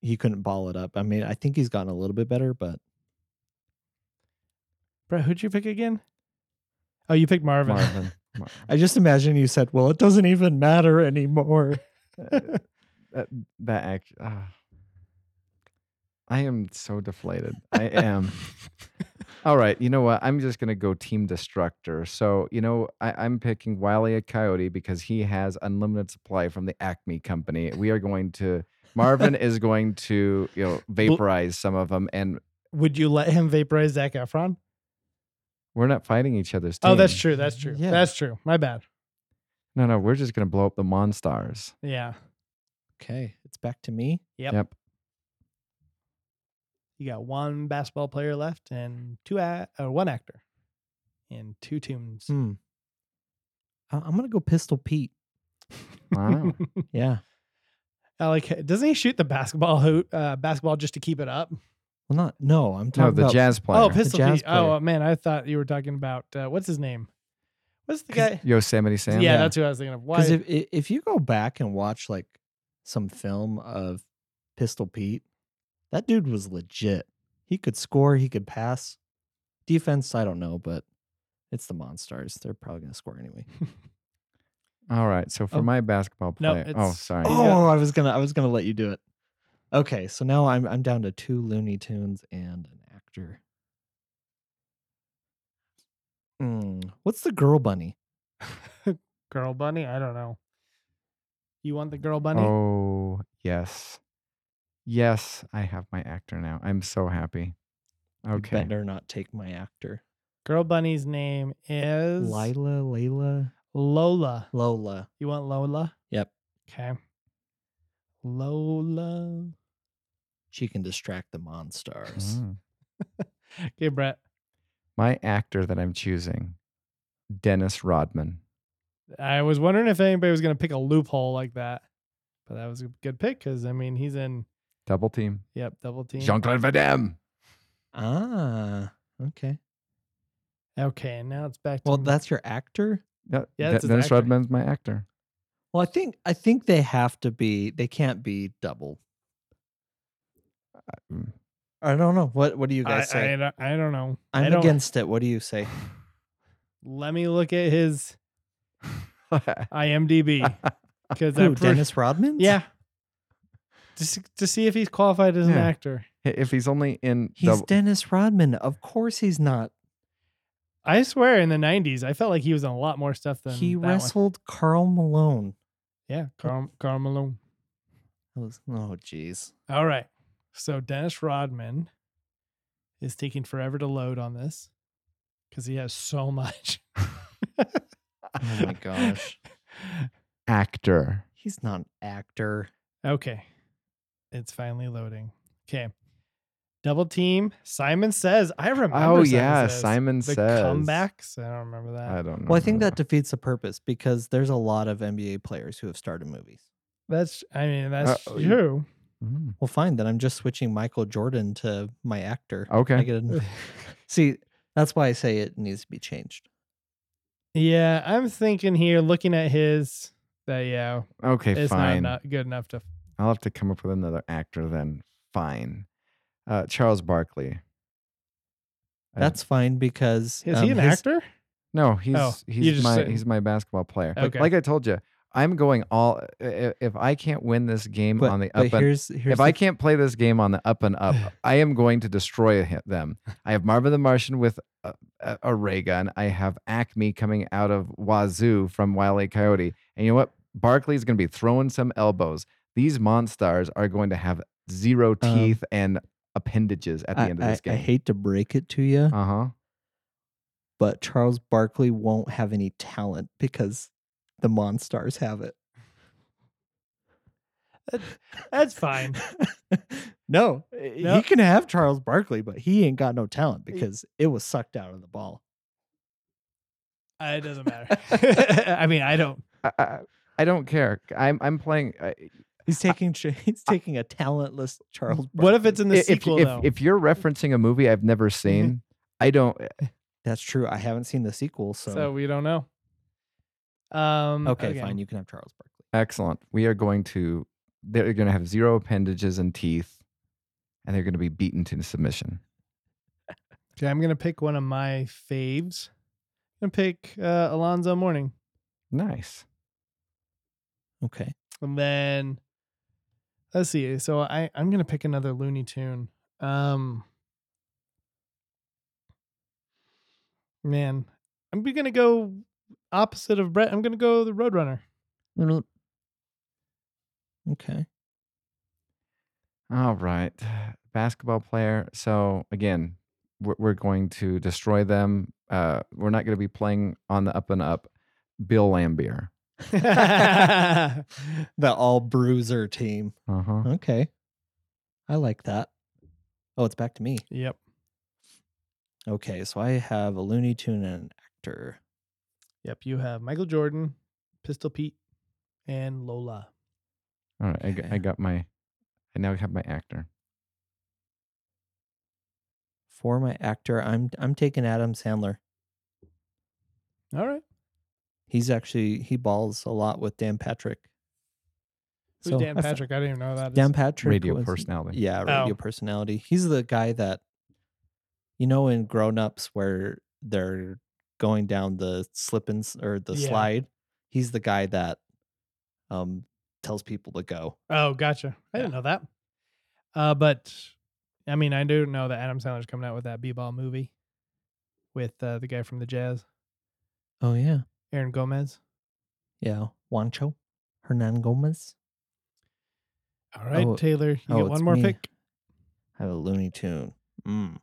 Speaker 1: he couldn't ball it up. I mean, I think he's gotten a little bit better, but
Speaker 3: Brett, who'd you pick again? Oh, you picked Marvin.
Speaker 2: Marvin. Marvin.
Speaker 1: I just imagine you said, "Well, it doesn't even matter anymore."
Speaker 2: Uh, that that act. ah. I am so deflated. I
Speaker 1: Um,
Speaker 2: am. All right, you know what? I'm just gonna go team destructor. So you know, I, I'm picking Wiley a Coyote because he has unlimited supply from the Acme company. We are going to Marvin is going to you know vaporize some of them, and
Speaker 3: Would you let him vaporize Zach Efron?
Speaker 2: we're not fighting each other's. Team.
Speaker 3: Oh, that's true. That's true.
Speaker 1: Yeah.
Speaker 3: That's true. My bad.
Speaker 2: No, no, we're just gonna blow up the Monstars.
Speaker 3: Yeah.
Speaker 1: Okay, it's back to me.
Speaker 3: Yep. You got one basketball player left and two a- or one actor and two tunes.
Speaker 1: Hmm. I- I'm gonna go Pistol Pete.
Speaker 2: Wow.
Speaker 1: Yeah.
Speaker 3: I like doesn't he shoot the basketball hoop uh, basketball just to keep it up?
Speaker 1: Well, not no. I'm
Speaker 2: no,
Speaker 1: talking
Speaker 2: the
Speaker 1: about
Speaker 2: jazz player.
Speaker 3: Oh, Pistol
Speaker 1: jazz
Speaker 3: Pete. Oh
Speaker 1: player.
Speaker 3: man, I thought you were talking about uh, what's his name? What's the guy?
Speaker 2: Yosemite
Speaker 3: Yeah,
Speaker 2: Sam.
Speaker 3: that's who I was thinking of. Why?
Speaker 1: because if i- if you go back and watch like some film of Pistol Pete, that dude was legit. He could score. He could pass. Defense, I don't know, but it's the Monstars. They're probably gonna score anyway.
Speaker 2: All right. So for
Speaker 3: Oh.
Speaker 2: my basketball
Speaker 3: No,
Speaker 2: player. oh,
Speaker 3: it's-
Speaker 2: sorry.
Speaker 3: He's got-
Speaker 1: Oh, I was gonna I was gonna let you do it. Okay, so now I'm I'm down to two Looney Tunes and an actor. Mm, what's the girl bunny?
Speaker 3: girl bunny? I don't know. You want the girl bunny?
Speaker 2: Oh, yes. Yes, I have my actor now. I'm so happy.
Speaker 1: You
Speaker 2: Okay.
Speaker 1: better not take my actor.
Speaker 3: Girl bunny's name is
Speaker 1: Lila, Layla,
Speaker 3: Lola.
Speaker 1: Lola.
Speaker 3: You want Lola?
Speaker 1: Yep.
Speaker 3: Okay. Lola.
Speaker 1: She can distract the Monstars.
Speaker 2: Mm.
Speaker 3: Okay, Brett.
Speaker 2: My actor that I'm choosing, Dennis Rodman.
Speaker 3: I was wondering if anybody was going to pick a loophole like that, but that was a good pick because I mean he's in
Speaker 2: Double team.
Speaker 3: yep double team.
Speaker 2: Jean Claude Van Damme.
Speaker 1: Ah, okay.
Speaker 3: Okay, and now it's back. To
Speaker 1: Well,
Speaker 3: me.
Speaker 1: that's your actor.
Speaker 2: No,
Speaker 3: Yeah,
Speaker 2: De-
Speaker 3: that's his
Speaker 2: Dennis
Speaker 3: actor.
Speaker 2: Rodman's my actor.
Speaker 1: Well, I think I think they have to be. They can't be double.
Speaker 2: Mm.
Speaker 1: I don't know. What What do you guys
Speaker 3: I, I
Speaker 1: say?
Speaker 3: don't- I don't know.
Speaker 1: I,
Speaker 3: I
Speaker 1: am
Speaker 3: don't-
Speaker 1: against it. What do you say?
Speaker 3: Let me look at his
Speaker 2: Mm.
Speaker 3: IMDb because
Speaker 1: Who, Dennis Rodman?
Speaker 3: Yeah. Just to see if he's qualified as an
Speaker 2: Yeah.
Speaker 3: actor.
Speaker 2: if he's only in
Speaker 1: he's
Speaker 2: double,
Speaker 1: Dennis Rodman. Of course, he's not.
Speaker 3: I swear, in the '90s, I felt like he was in a lot more stuff than
Speaker 1: he
Speaker 3: that one.
Speaker 1: wrestled Carl Malone.
Speaker 3: Yeah, Carl, Carl Malone.
Speaker 1: That was- oh, jeez.
Speaker 3: All right. So Dennis Rodman is taking forever to load on this because he has so much.
Speaker 1: Oh my gosh.
Speaker 2: actor.
Speaker 1: He's not an actor.
Speaker 3: Okay. It's finally loading. Okay. Double team. Simon says, I remember.
Speaker 2: Oh
Speaker 3: Simon
Speaker 2: yeah,
Speaker 3: Says.
Speaker 2: Simon
Speaker 3: the
Speaker 2: says. Uh,
Speaker 3: comebacks. I don't remember that.
Speaker 2: I don't know.
Speaker 1: Well, I think that defeats the purpose because there's a lot of NBA players who have started movies.
Speaker 3: that's. I mean, that's
Speaker 2: Uh,
Speaker 3: true.
Speaker 2: Mm.
Speaker 1: Well, fine. Then I'm just switching Michael Jordan to my actor.
Speaker 2: Okay.
Speaker 1: I get an- See, that's why I say it needs to be changed.
Speaker 3: Yeah, I'm thinking here, looking at his. That yeah,
Speaker 2: Okay,
Speaker 3: it's
Speaker 2: fine.
Speaker 3: not, not good enough to.
Speaker 2: I'll have to come up with another actor then. fine. Uh, Charles Barkley. I don't-
Speaker 1: That's fine because
Speaker 3: Is
Speaker 1: um,
Speaker 3: he an
Speaker 1: his-
Speaker 3: actor?
Speaker 2: No, he's
Speaker 3: Oh, you
Speaker 2: he's
Speaker 3: just
Speaker 2: my
Speaker 3: said-
Speaker 2: he's my basketball player. But
Speaker 3: Okay.
Speaker 2: like I told you, I'm going all. i- i- If I can't win this game
Speaker 1: But,
Speaker 2: on the
Speaker 1: but
Speaker 2: up and
Speaker 1: here's here's
Speaker 2: if I
Speaker 1: the-
Speaker 2: can't play this game on the up and up, I am going to destroy hi- them. I have Marvin the Martian with a, a- a ray gun. I have Acme coming out of Wazoo from Wile E. Coyote. And you know what? Barkley's going to be throwing some elbows. These monstars are going to have zero
Speaker 1: Um,
Speaker 2: teeth and appendages at the
Speaker 1: I-
Speaker 2: end of this
Speaker 1: I-
Speaker 2: game.
Speaker 1: I hate to break it to you,
Speaker 2: Uh huh.
Speaker 1: but Charles Barkley won't have any talent because the Monstars have it.
Speaker 3: That's fine.
Speaker 1: no,
Speaker 2: Eh,
Speaker 3: No.
Speaker 1: he can have Charles Barkley, but he ain't got no talent because it was sucked out of the ball.
Speaker 3: Uh, it doesn't matter. I mean, I don't.
Speaker 2: I, I, I don't care. I'm I'm playing. uh, I,
Speaker 1: He's taking ch he's taking a talentless Charles. Barkley.
Speaker 3: What if it's in the
Speaker 2: if, if,
Speaker 3: sequel though?
Speaker 2: if if you're referencing a movie I've never seen, I don't.
Speaker 1: that's true? I haven't seen the sequel, so,
Speaker 3: so. we don't know. Um.
Speaker 1: okay, fine. You can have Charles Barkley.
Speaker 2: Excellent. We are going to. They're going to have zero appendages and teeth, and they're going to be beaten to submission.
Speaker 3: Okay, I'm gonna pick one of my faves. I'm gonna pick uh, Alonzo Morning,
Speaker 2: Nice.
Speaker 1: Okay,
Speaker 3: and then let's see. So I I'm gonna pick another Looney Tune. Um, man, I'm be- gonna go opposite of Brett. I'm gonna go the Roadrunner.
Speaker 1: Mm-hmm. okay.
Speaker 2: All right, basketball player. So again, we're, we're going to destroy them. Uh, we're not going to be playing on the up and up. Bill Lambier.
Speaker 1: The all bruiser team.
Speaker 2: Uh huh.
Speaker 1: Okay, I like that. Oh, it's back to me.
Speaker 3: yep.
Speaker 1: Okay, so I have a Looney Tune and an actor.
Speaker 3: Yep. You have Michael Jordan, Pistol Pete, and Lola.
Speaker 2: All right. I, g- I
Speaker 1: Okay.
Speaker 2: got my. I now have my actor.
Speaker 1: For my actor, I'm I'm taking Adam Sandler.
Speaker 3: All right.
Speaker 1: He's actually he balls a lot with Dan Patrick.
Speaker 3: Who's Dan
Speaker 1: I fi-
Speaker 3: Patrick? I didn't even know that.
Speaker 1: Dan Patrick
Speaker 2: Radio
Speaker 1: was-
Speaker 2: personality.
Speaker 1: Yeah, radio
Speaker 3: Oh.
Speaker 1: personality. He's the guy that you know in Grown Ups where they're going down the slip and s- or the
Speaker 3: Yeah.
Speaker 1: slide. He's the guy that um tells people to go.
Speaker 3: Oh, gotcha. I didn't know that. Uh, but I mean, I do know that Adam Sandler's coming out with that b-ball movie with uh, the guy from the Jazz,
Speaker 1: Oh yeah.
Speaker 3: Aaron Gomez.
Speaker 1: Yeah. Wancho Hernan Gomez.
Speaker 3: All right,
Speaker 1: Oh,
Speaker 3: Taylor, you
Speaker 1: oh,
Speaker 3: get one
Speaker 1: it's
Speaker 3: more
Speaker 1: me.
Speaker 3: pick.
Speaker 1: I have a Looney Tune. Mm.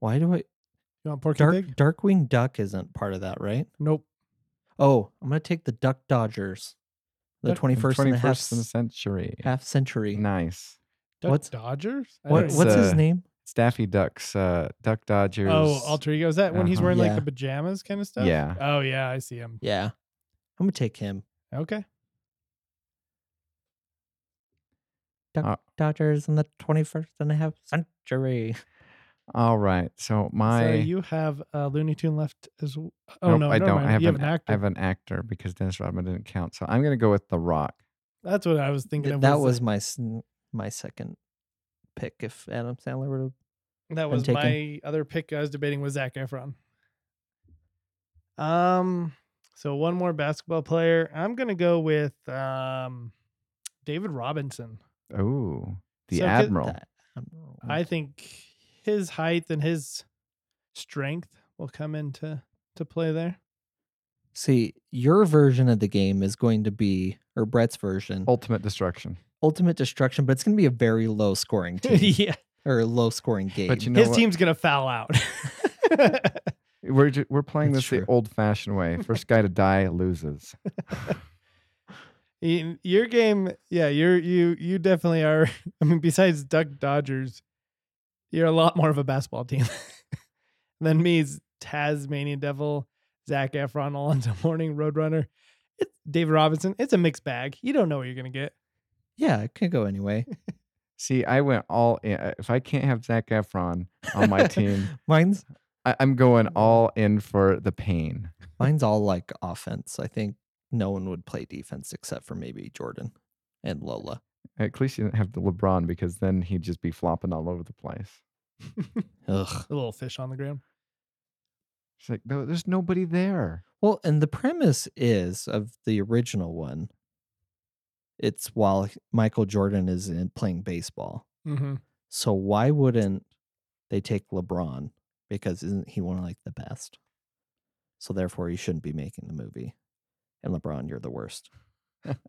Speaker 1: Why do I
Speaker 3: You want Porky
Speaker 1: Dark
Speaker 3: Pig?
Speaker 1: Darkwing Duck isn't part of that, right?
Speaker 3: Nope.
Speaker 1: Oh, I'm gonna take the Duck Dodgers. The
Speaker 3: Duck-
Speaker 1: twenty first and a half,
Speaker 2: 21st century.
Speaker 1: half century.
Speaker 2: Nice.
Speaker 3: Duck
Speaker 1: What's-
Speaker 3: Dodgers? I
Speaker 1: What,
Speaker 3: don't
Speaker 2: It's,
Speaker 3: know.
Speaker 1: what's his
Speaker 2: uh,
Speaker 1: name?
Speaker 2: It's Daffy Duck's uh, Duck Dodgers.
Speaker 3: Oh, alter ego. Is that when he's
Speaker 2: Uh-huh.
Speaker 3: wearing like
Speaker 1: Yeah.
Speaker 3: the pajamas kind of stuff?
Speaker 2: Yeah.
Speaker 3: Oh yeah, I see him.
Speaker 1: Yeah. I'm gonna take him.
Speaker 3: Okay.
Speaker 1: Dodgers in the twenty first and a half century.
Speaker 2: All right. So my.
Speaker 3: So you have a Looney Tune left as well. Oh
Speaker 2: Nope,
Speaker 3: no,
Speaker 2: I
Speaker 3: never
Speaker 2: don't.
Speaker 3: mind.
Speaker 2: I have,
Speaker 3: you
Speaker 2: an,
Speaker 3: have an
Speaker 2: ac-
Speaker 3: actor.
Speaker 2: I have an actor because Dennis Rodman didn't count. So I'm going to go with The Rock.
Speaker 3: That's what I was uh, thinking
Speaker 1: Th-
Speaker 3: of.
Speaker 1: that
Speaker 3: the-
Speaker 1: was my sn- my second pick if Adam Sandler would have
Speaker 3: That was
Speaker 1: taken.
Speaker 3: my other pick I was debating was Zach Efron. Um, so one more basketball player. I'm gonna go with um David Robinson.
Speaker 2: Oh, the
Speaker 3: So 'cause
Speaker 2: Admiral.
Speaker 1: that. I don't know.
Speaker 3: I think his height and his strength will come into to play there.
Speaker 1: See, your version of the game is going to be or Brett's version,
Speaker 2: Ultimate Destruction.
Speaker 1: ultimate destruction, but it's gonna be a very low scoring team
Speaker 3: yeah.
Speaker 1: or a low scoring game.
Speaker 2: But you know
Speaker 3: his
Speaker 2: what?
Speaker 3: team's gonna foul out.
Speaker 2: We're, ju- we're playing
Speaker 1: That's
Speaker 2: this the
Speaker 1: true.
Speaker 2: old fashioned way. First guy to die loses.
Speaker 3: Y- Your game, yeah, you're you you definitely are. I mean, besides Duck Dodgers, you're a lot more of a basketball team than me. Is Tasmanian Devil, Zach Efron, Alonzo Morning, Roadrunner, it's David Robinson. It's a mixed bag. You don't know what you're gonna get.
Speaker 1: yeah, it could go anyway.
Speaker 2: See, I went all in. Uh, If I can't have Zach Efron on my team,
Speaker 1: Mine's
Speaker 2: I, I'm going
Speaker 3: Mm-hmm.
Speaker 2: all in for the pain.
Speaker 1: Mine's all like offense. I think no one would play defense except for maybe Jordan and Lola.
Speaker 2: At least you didn't have the LeBron because then he'd just be flopping all over the place.
Speaker 1: Ugh.
Speaker 3: A little fish on the ground.
Speaker 2: It's like, no, there's nobody there.
Speaker 1: Well, and the premise is of the original one. It's while Michael Jordan is in playing baseball.
Speaker 3: Mm-hmm.
Speaker 1: So why wouldn't they take LeBron? Because isn't he one of like the best? So therefore, he shouldn't be making the movie. And LeBron, you're the worst.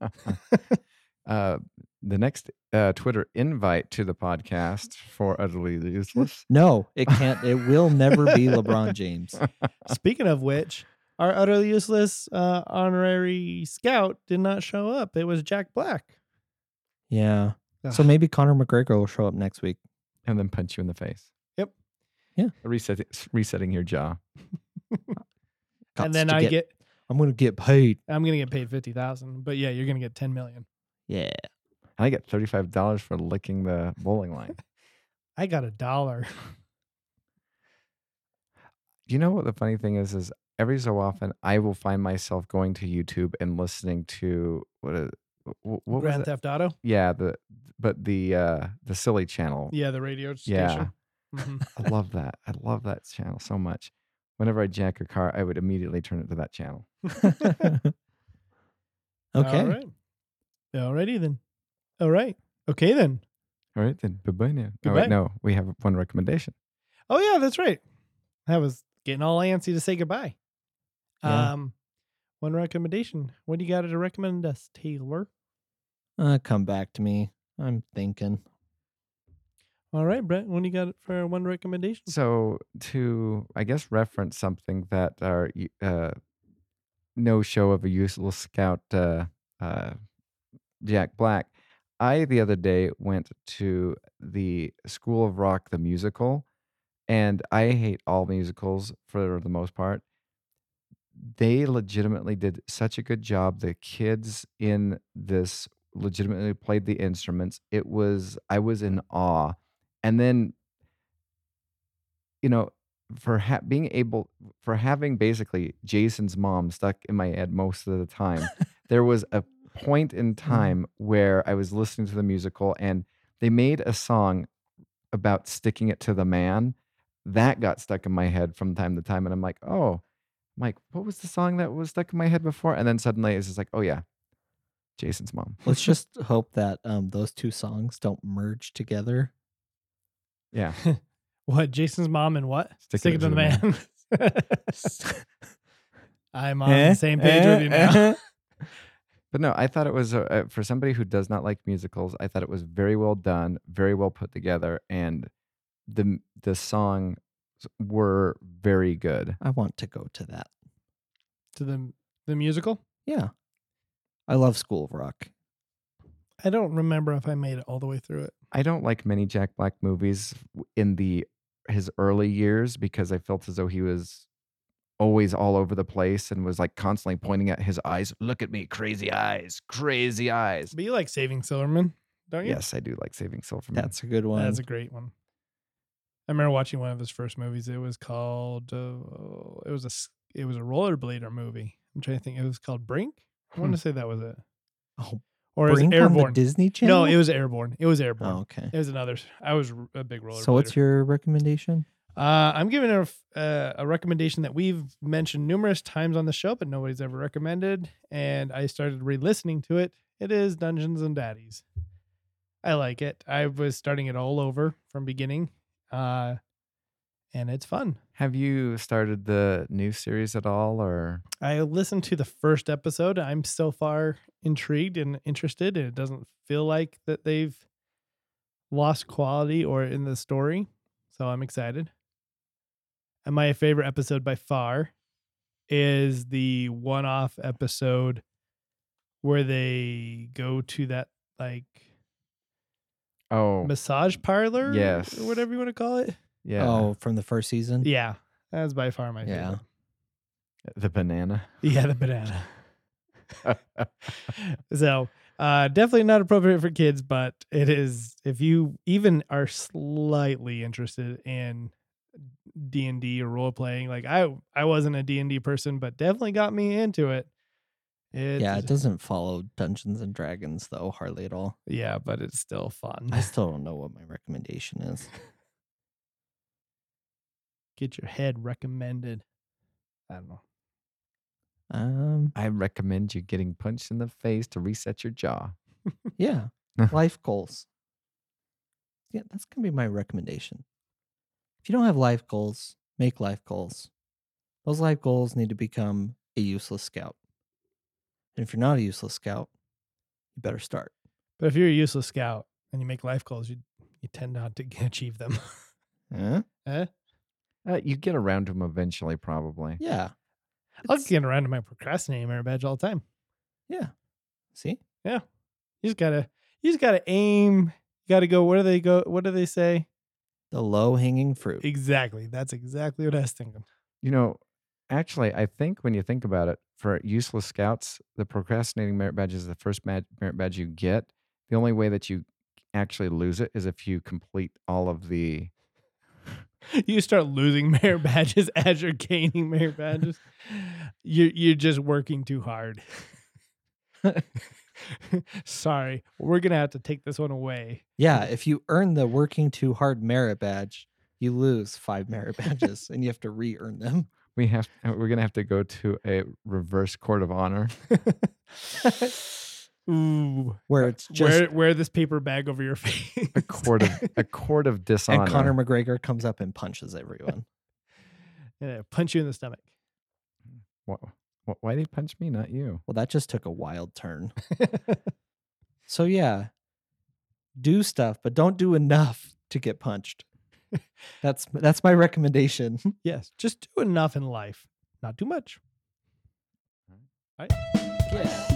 Speaker 2: uh, the next uh, Twitter invite to the podcast for utterly useless.
Speaker 1: No, it can't. It will never be LeBron James.
Speaker 3: Speaking of which, our utterly useless uh, honorary scout did not show up. It was Jack Black.
Speaker 1: Yeah. So
Speaker 3: Ugh.
Speaker 1: maybe Conor McGregor will show up next week.
Speaker 2: and then punch you in the face.
Speaker 3: Yep.
Speaker 1: Yeah.
Speaker 2: Resetting, resetting your jaw.
Speaker 1: Gots
Speaker 3: and then
Speaker 1: to
Speaker 3: I get
Speaker 1: I'm gonna get paid.
Speaker 3: I'm gonna get paid fifty thousand, but yeah, you're gonna get ten million.
Speaker 1: Yeah.
Speaker 2: And I get thirty-five dollars for licking the bowling line.
Speaker 3: I got a dollar.
Speaker 2: you know what the funny thing is? Is every so often I will find myself going to YouTube and listening to what is wh- wh- what was
Speaker 3: Grand
Speaker 2: it?
Speaker 3: Theft Auto.
Speaker 2: Yeah, the but the uh the silly channel.
Speaker 3: Yeah, the radio station.
Speaker 2: Yeah.
Speaker 3: Mhm.
Speaker 2: I love that. I love that channel so much. Whenever I jack a car, I would immediately turn it to that channel.
Speaker 1: okay.
Speaker 3: All right. Alrighty then. All right. Okay then.
Speaker 2: All right, then. Bye bye now. Oh,
Speaker 3: Goodbye.
Speaker 2: wait, no, we have one recommendation.
Speaker 3: Oh yeah, that's right. I was getting all antsy to say goodbye.
Speaker 1: Yeah.
Speaker 3: Um, one recommendation. What do you got to recommend us, Taylor?
Speaker 1: Uh, come back to me. I'm thinking.
Speaker 3: All right, Brett. What do you got for one recommendation?
Speaker 2: so to i guess reference something that our y- uh, no show of a useless scout uh, uh, jack black i the other day went to the school of rock the musical and i hate all musicals for the most part they legitimately did such a good job the kids in this legitimately played the instruments it was i was in awe and then you know, for ha- being able for having basically Jason's mom stuck in my head most of the time, there was a point in time where I was listening to the musical and they made a song about sticking it to the man. That got stuck in my head from time to time, and I'm like, oh, I'm like, what was the song that was stuck in my head before? And then suddenly it's just like, oh yeah, Jason's mom.
Speaker 1: Let's just hope that um those two songs don't merge together.
Speaker 2: Yeah,
Speaker 3: What? Jason's mom and what?
Speaker 2: Stick it
Speaker 3: Stick it to
Speaker 2: to
Speaker 3: the
Speaker 2: the
Speaker 3: man. I'm on
Speaker 1: Eh,
Speaker 3: the same page
Speaker 1: eh,
Speaker 3: with you now.
Speaker 1: eh.
Speaker 2: But no, I thought it was uh, uh, for somebody who does not like musicals. I thought it was very well done, very well put together, and the m- the songs were very good.
Speaker 1: I want to go to that.
Speaker 3: to the the musical.
Speaker 1: Yeah. I love School of Rock.
Speaker 3: I don't remember if I made it all the way through it.
Speaker 2: I don't like many Jack Black movies w- in the his early years because I felt as though he was always all over the place and was like constantly pointing at his eyes. Look at me, crazy eyes, crazy eyes.
Speaker 3: But you like Saving Silverman, don't you?
Speaker 2: Yes, I do like Saving Silverman.
Speaker 1: That's a good one.
Speaker 3: Mm. That's a great one. I remember watching one of his first movies. It was called uh, it was a s- it was a rollerblader movie. I'm trying to think. It was called Brink. I want
Speaker 2: Hmm.
Speaker 3: to say that was it,
Speaker 1: oh,
Speaker 3: or it was
Speaker 1: Brink on the
Speaker 3: Airborne.
Speaker 1: Disney Channel.
Speaker 3: No, it was Airborne. It was Airborne.
Speaker 1: Oh, okay.
Speaker 3: It was another. s- I was r- a big roller.
Speaker 1: So what's your recommendation?
Speaker 3: Uh, I'm giving a, f- uh, a recommendation that we've mentioned numerous times on the show, but nobody's ever recommended. And I started re listening to it. It is Dungeons and Daddies. I like it. I was starting it all over from beginning. Uh, and it's fun.
Speaker 2: Have you started the new series at all, or?
Speaker 3: I listened to the first episode. I'm so far intrigued and interested, and it doesn't feel like that they've lost quality or in the story. So I'm excited. And my favorite episode by far is the one off episode where they go to that like
Speaker 2: Oh,
Speaker 3: massage parlor
Speaker 2: Yes.
Speaker 3: or whatever you want to call it.
Speaker 2: yeah.
Speaker 1: Oh, from the first season.
Speaker 3: Yeah. That's by far my
Speaker 1: Yeah.
Speaker 3: favorite.
Speaker 2: The banana.
Speaker 3: Yeah, the banana. So uh, definitely not appropriate for kids, but it is if you even are slightly interested in D and D or role playing. Like I, I wasn't a D and D person, but definitely got me into it. It,
Speaker 1: yeah, it doesn't follow Dungeons and Dragons though, hardly at all.
Speaker 3: Yeah, but it's still fun.
Speaker 1: I still don't know what my recommendation is.
Speaker 3: Get your head recommended. I don't know.
Speaker 1: Um,
Speaker 2: I recommend you getting punched in the face to reset your jaw.
Speaker 1: yeah, life goals. Yeah, that's gonna be my recommendation. If you don't have life goals, make life goals. Those life goals need to become a useless scout. And if you're not a useless scout, you better start.
Speaker 3: But if you're a useless scout and you make life goals, you you tend not to g- achieve them. Eh?
Speaker 2: Uh, you get around to them eventually, probably.
Speaker 1: Yeah,
Speaker 3: I'll
Speaker 1: It's-
Speaker 3: get around to my procrastinating merit badge all the time.
Speaker 1: yeah. See,
Speaker 3: You just gotta you just gotta aim. You gotta go. Where do they go? What do they say?
Speaker 1: the low hanging fruit.
Speaker 3: Exactly. That's exactly what I was thinking.
Speaker 2: You know, actually, I think when you think about it, for useless scouts, the procrastinating merit badge is the first ma- merit badge you get. The only way that you actually lose it is if you complete all of the.
Speaker 3: you start losing merit badges as you're gaining merit badges. You're you're just working too hard. Sorry, we're gonna have to take this one away.
Speaker 1: Yeah, if you earn the working too hard merit badge, you lose five merit badges and you have to re earn them.
Speaker 2: We have. uh, We're gonna have to go to a reverse court of honor.
Speaker 3: Ooh,
Speaker 1: Where it's just
Speaker 3: wear wear this paper bag over your face.
Speaker 2: A court of a court of dishonor.
Speaker 1: and Conor McGregor comes up and punches everyone.
Speaker 3: Yeah, punch you in the stomach.
Speaker 2: Wha- wha- Why they punch me, not you?
Speaker 1: Well, that just took a wild turn. So yeah, do stuff, but don't do enough to get punched. That's that's my recommendation.
Speaker 3: yes, just do enough in life, not too much.
Speaker 1: Yeah.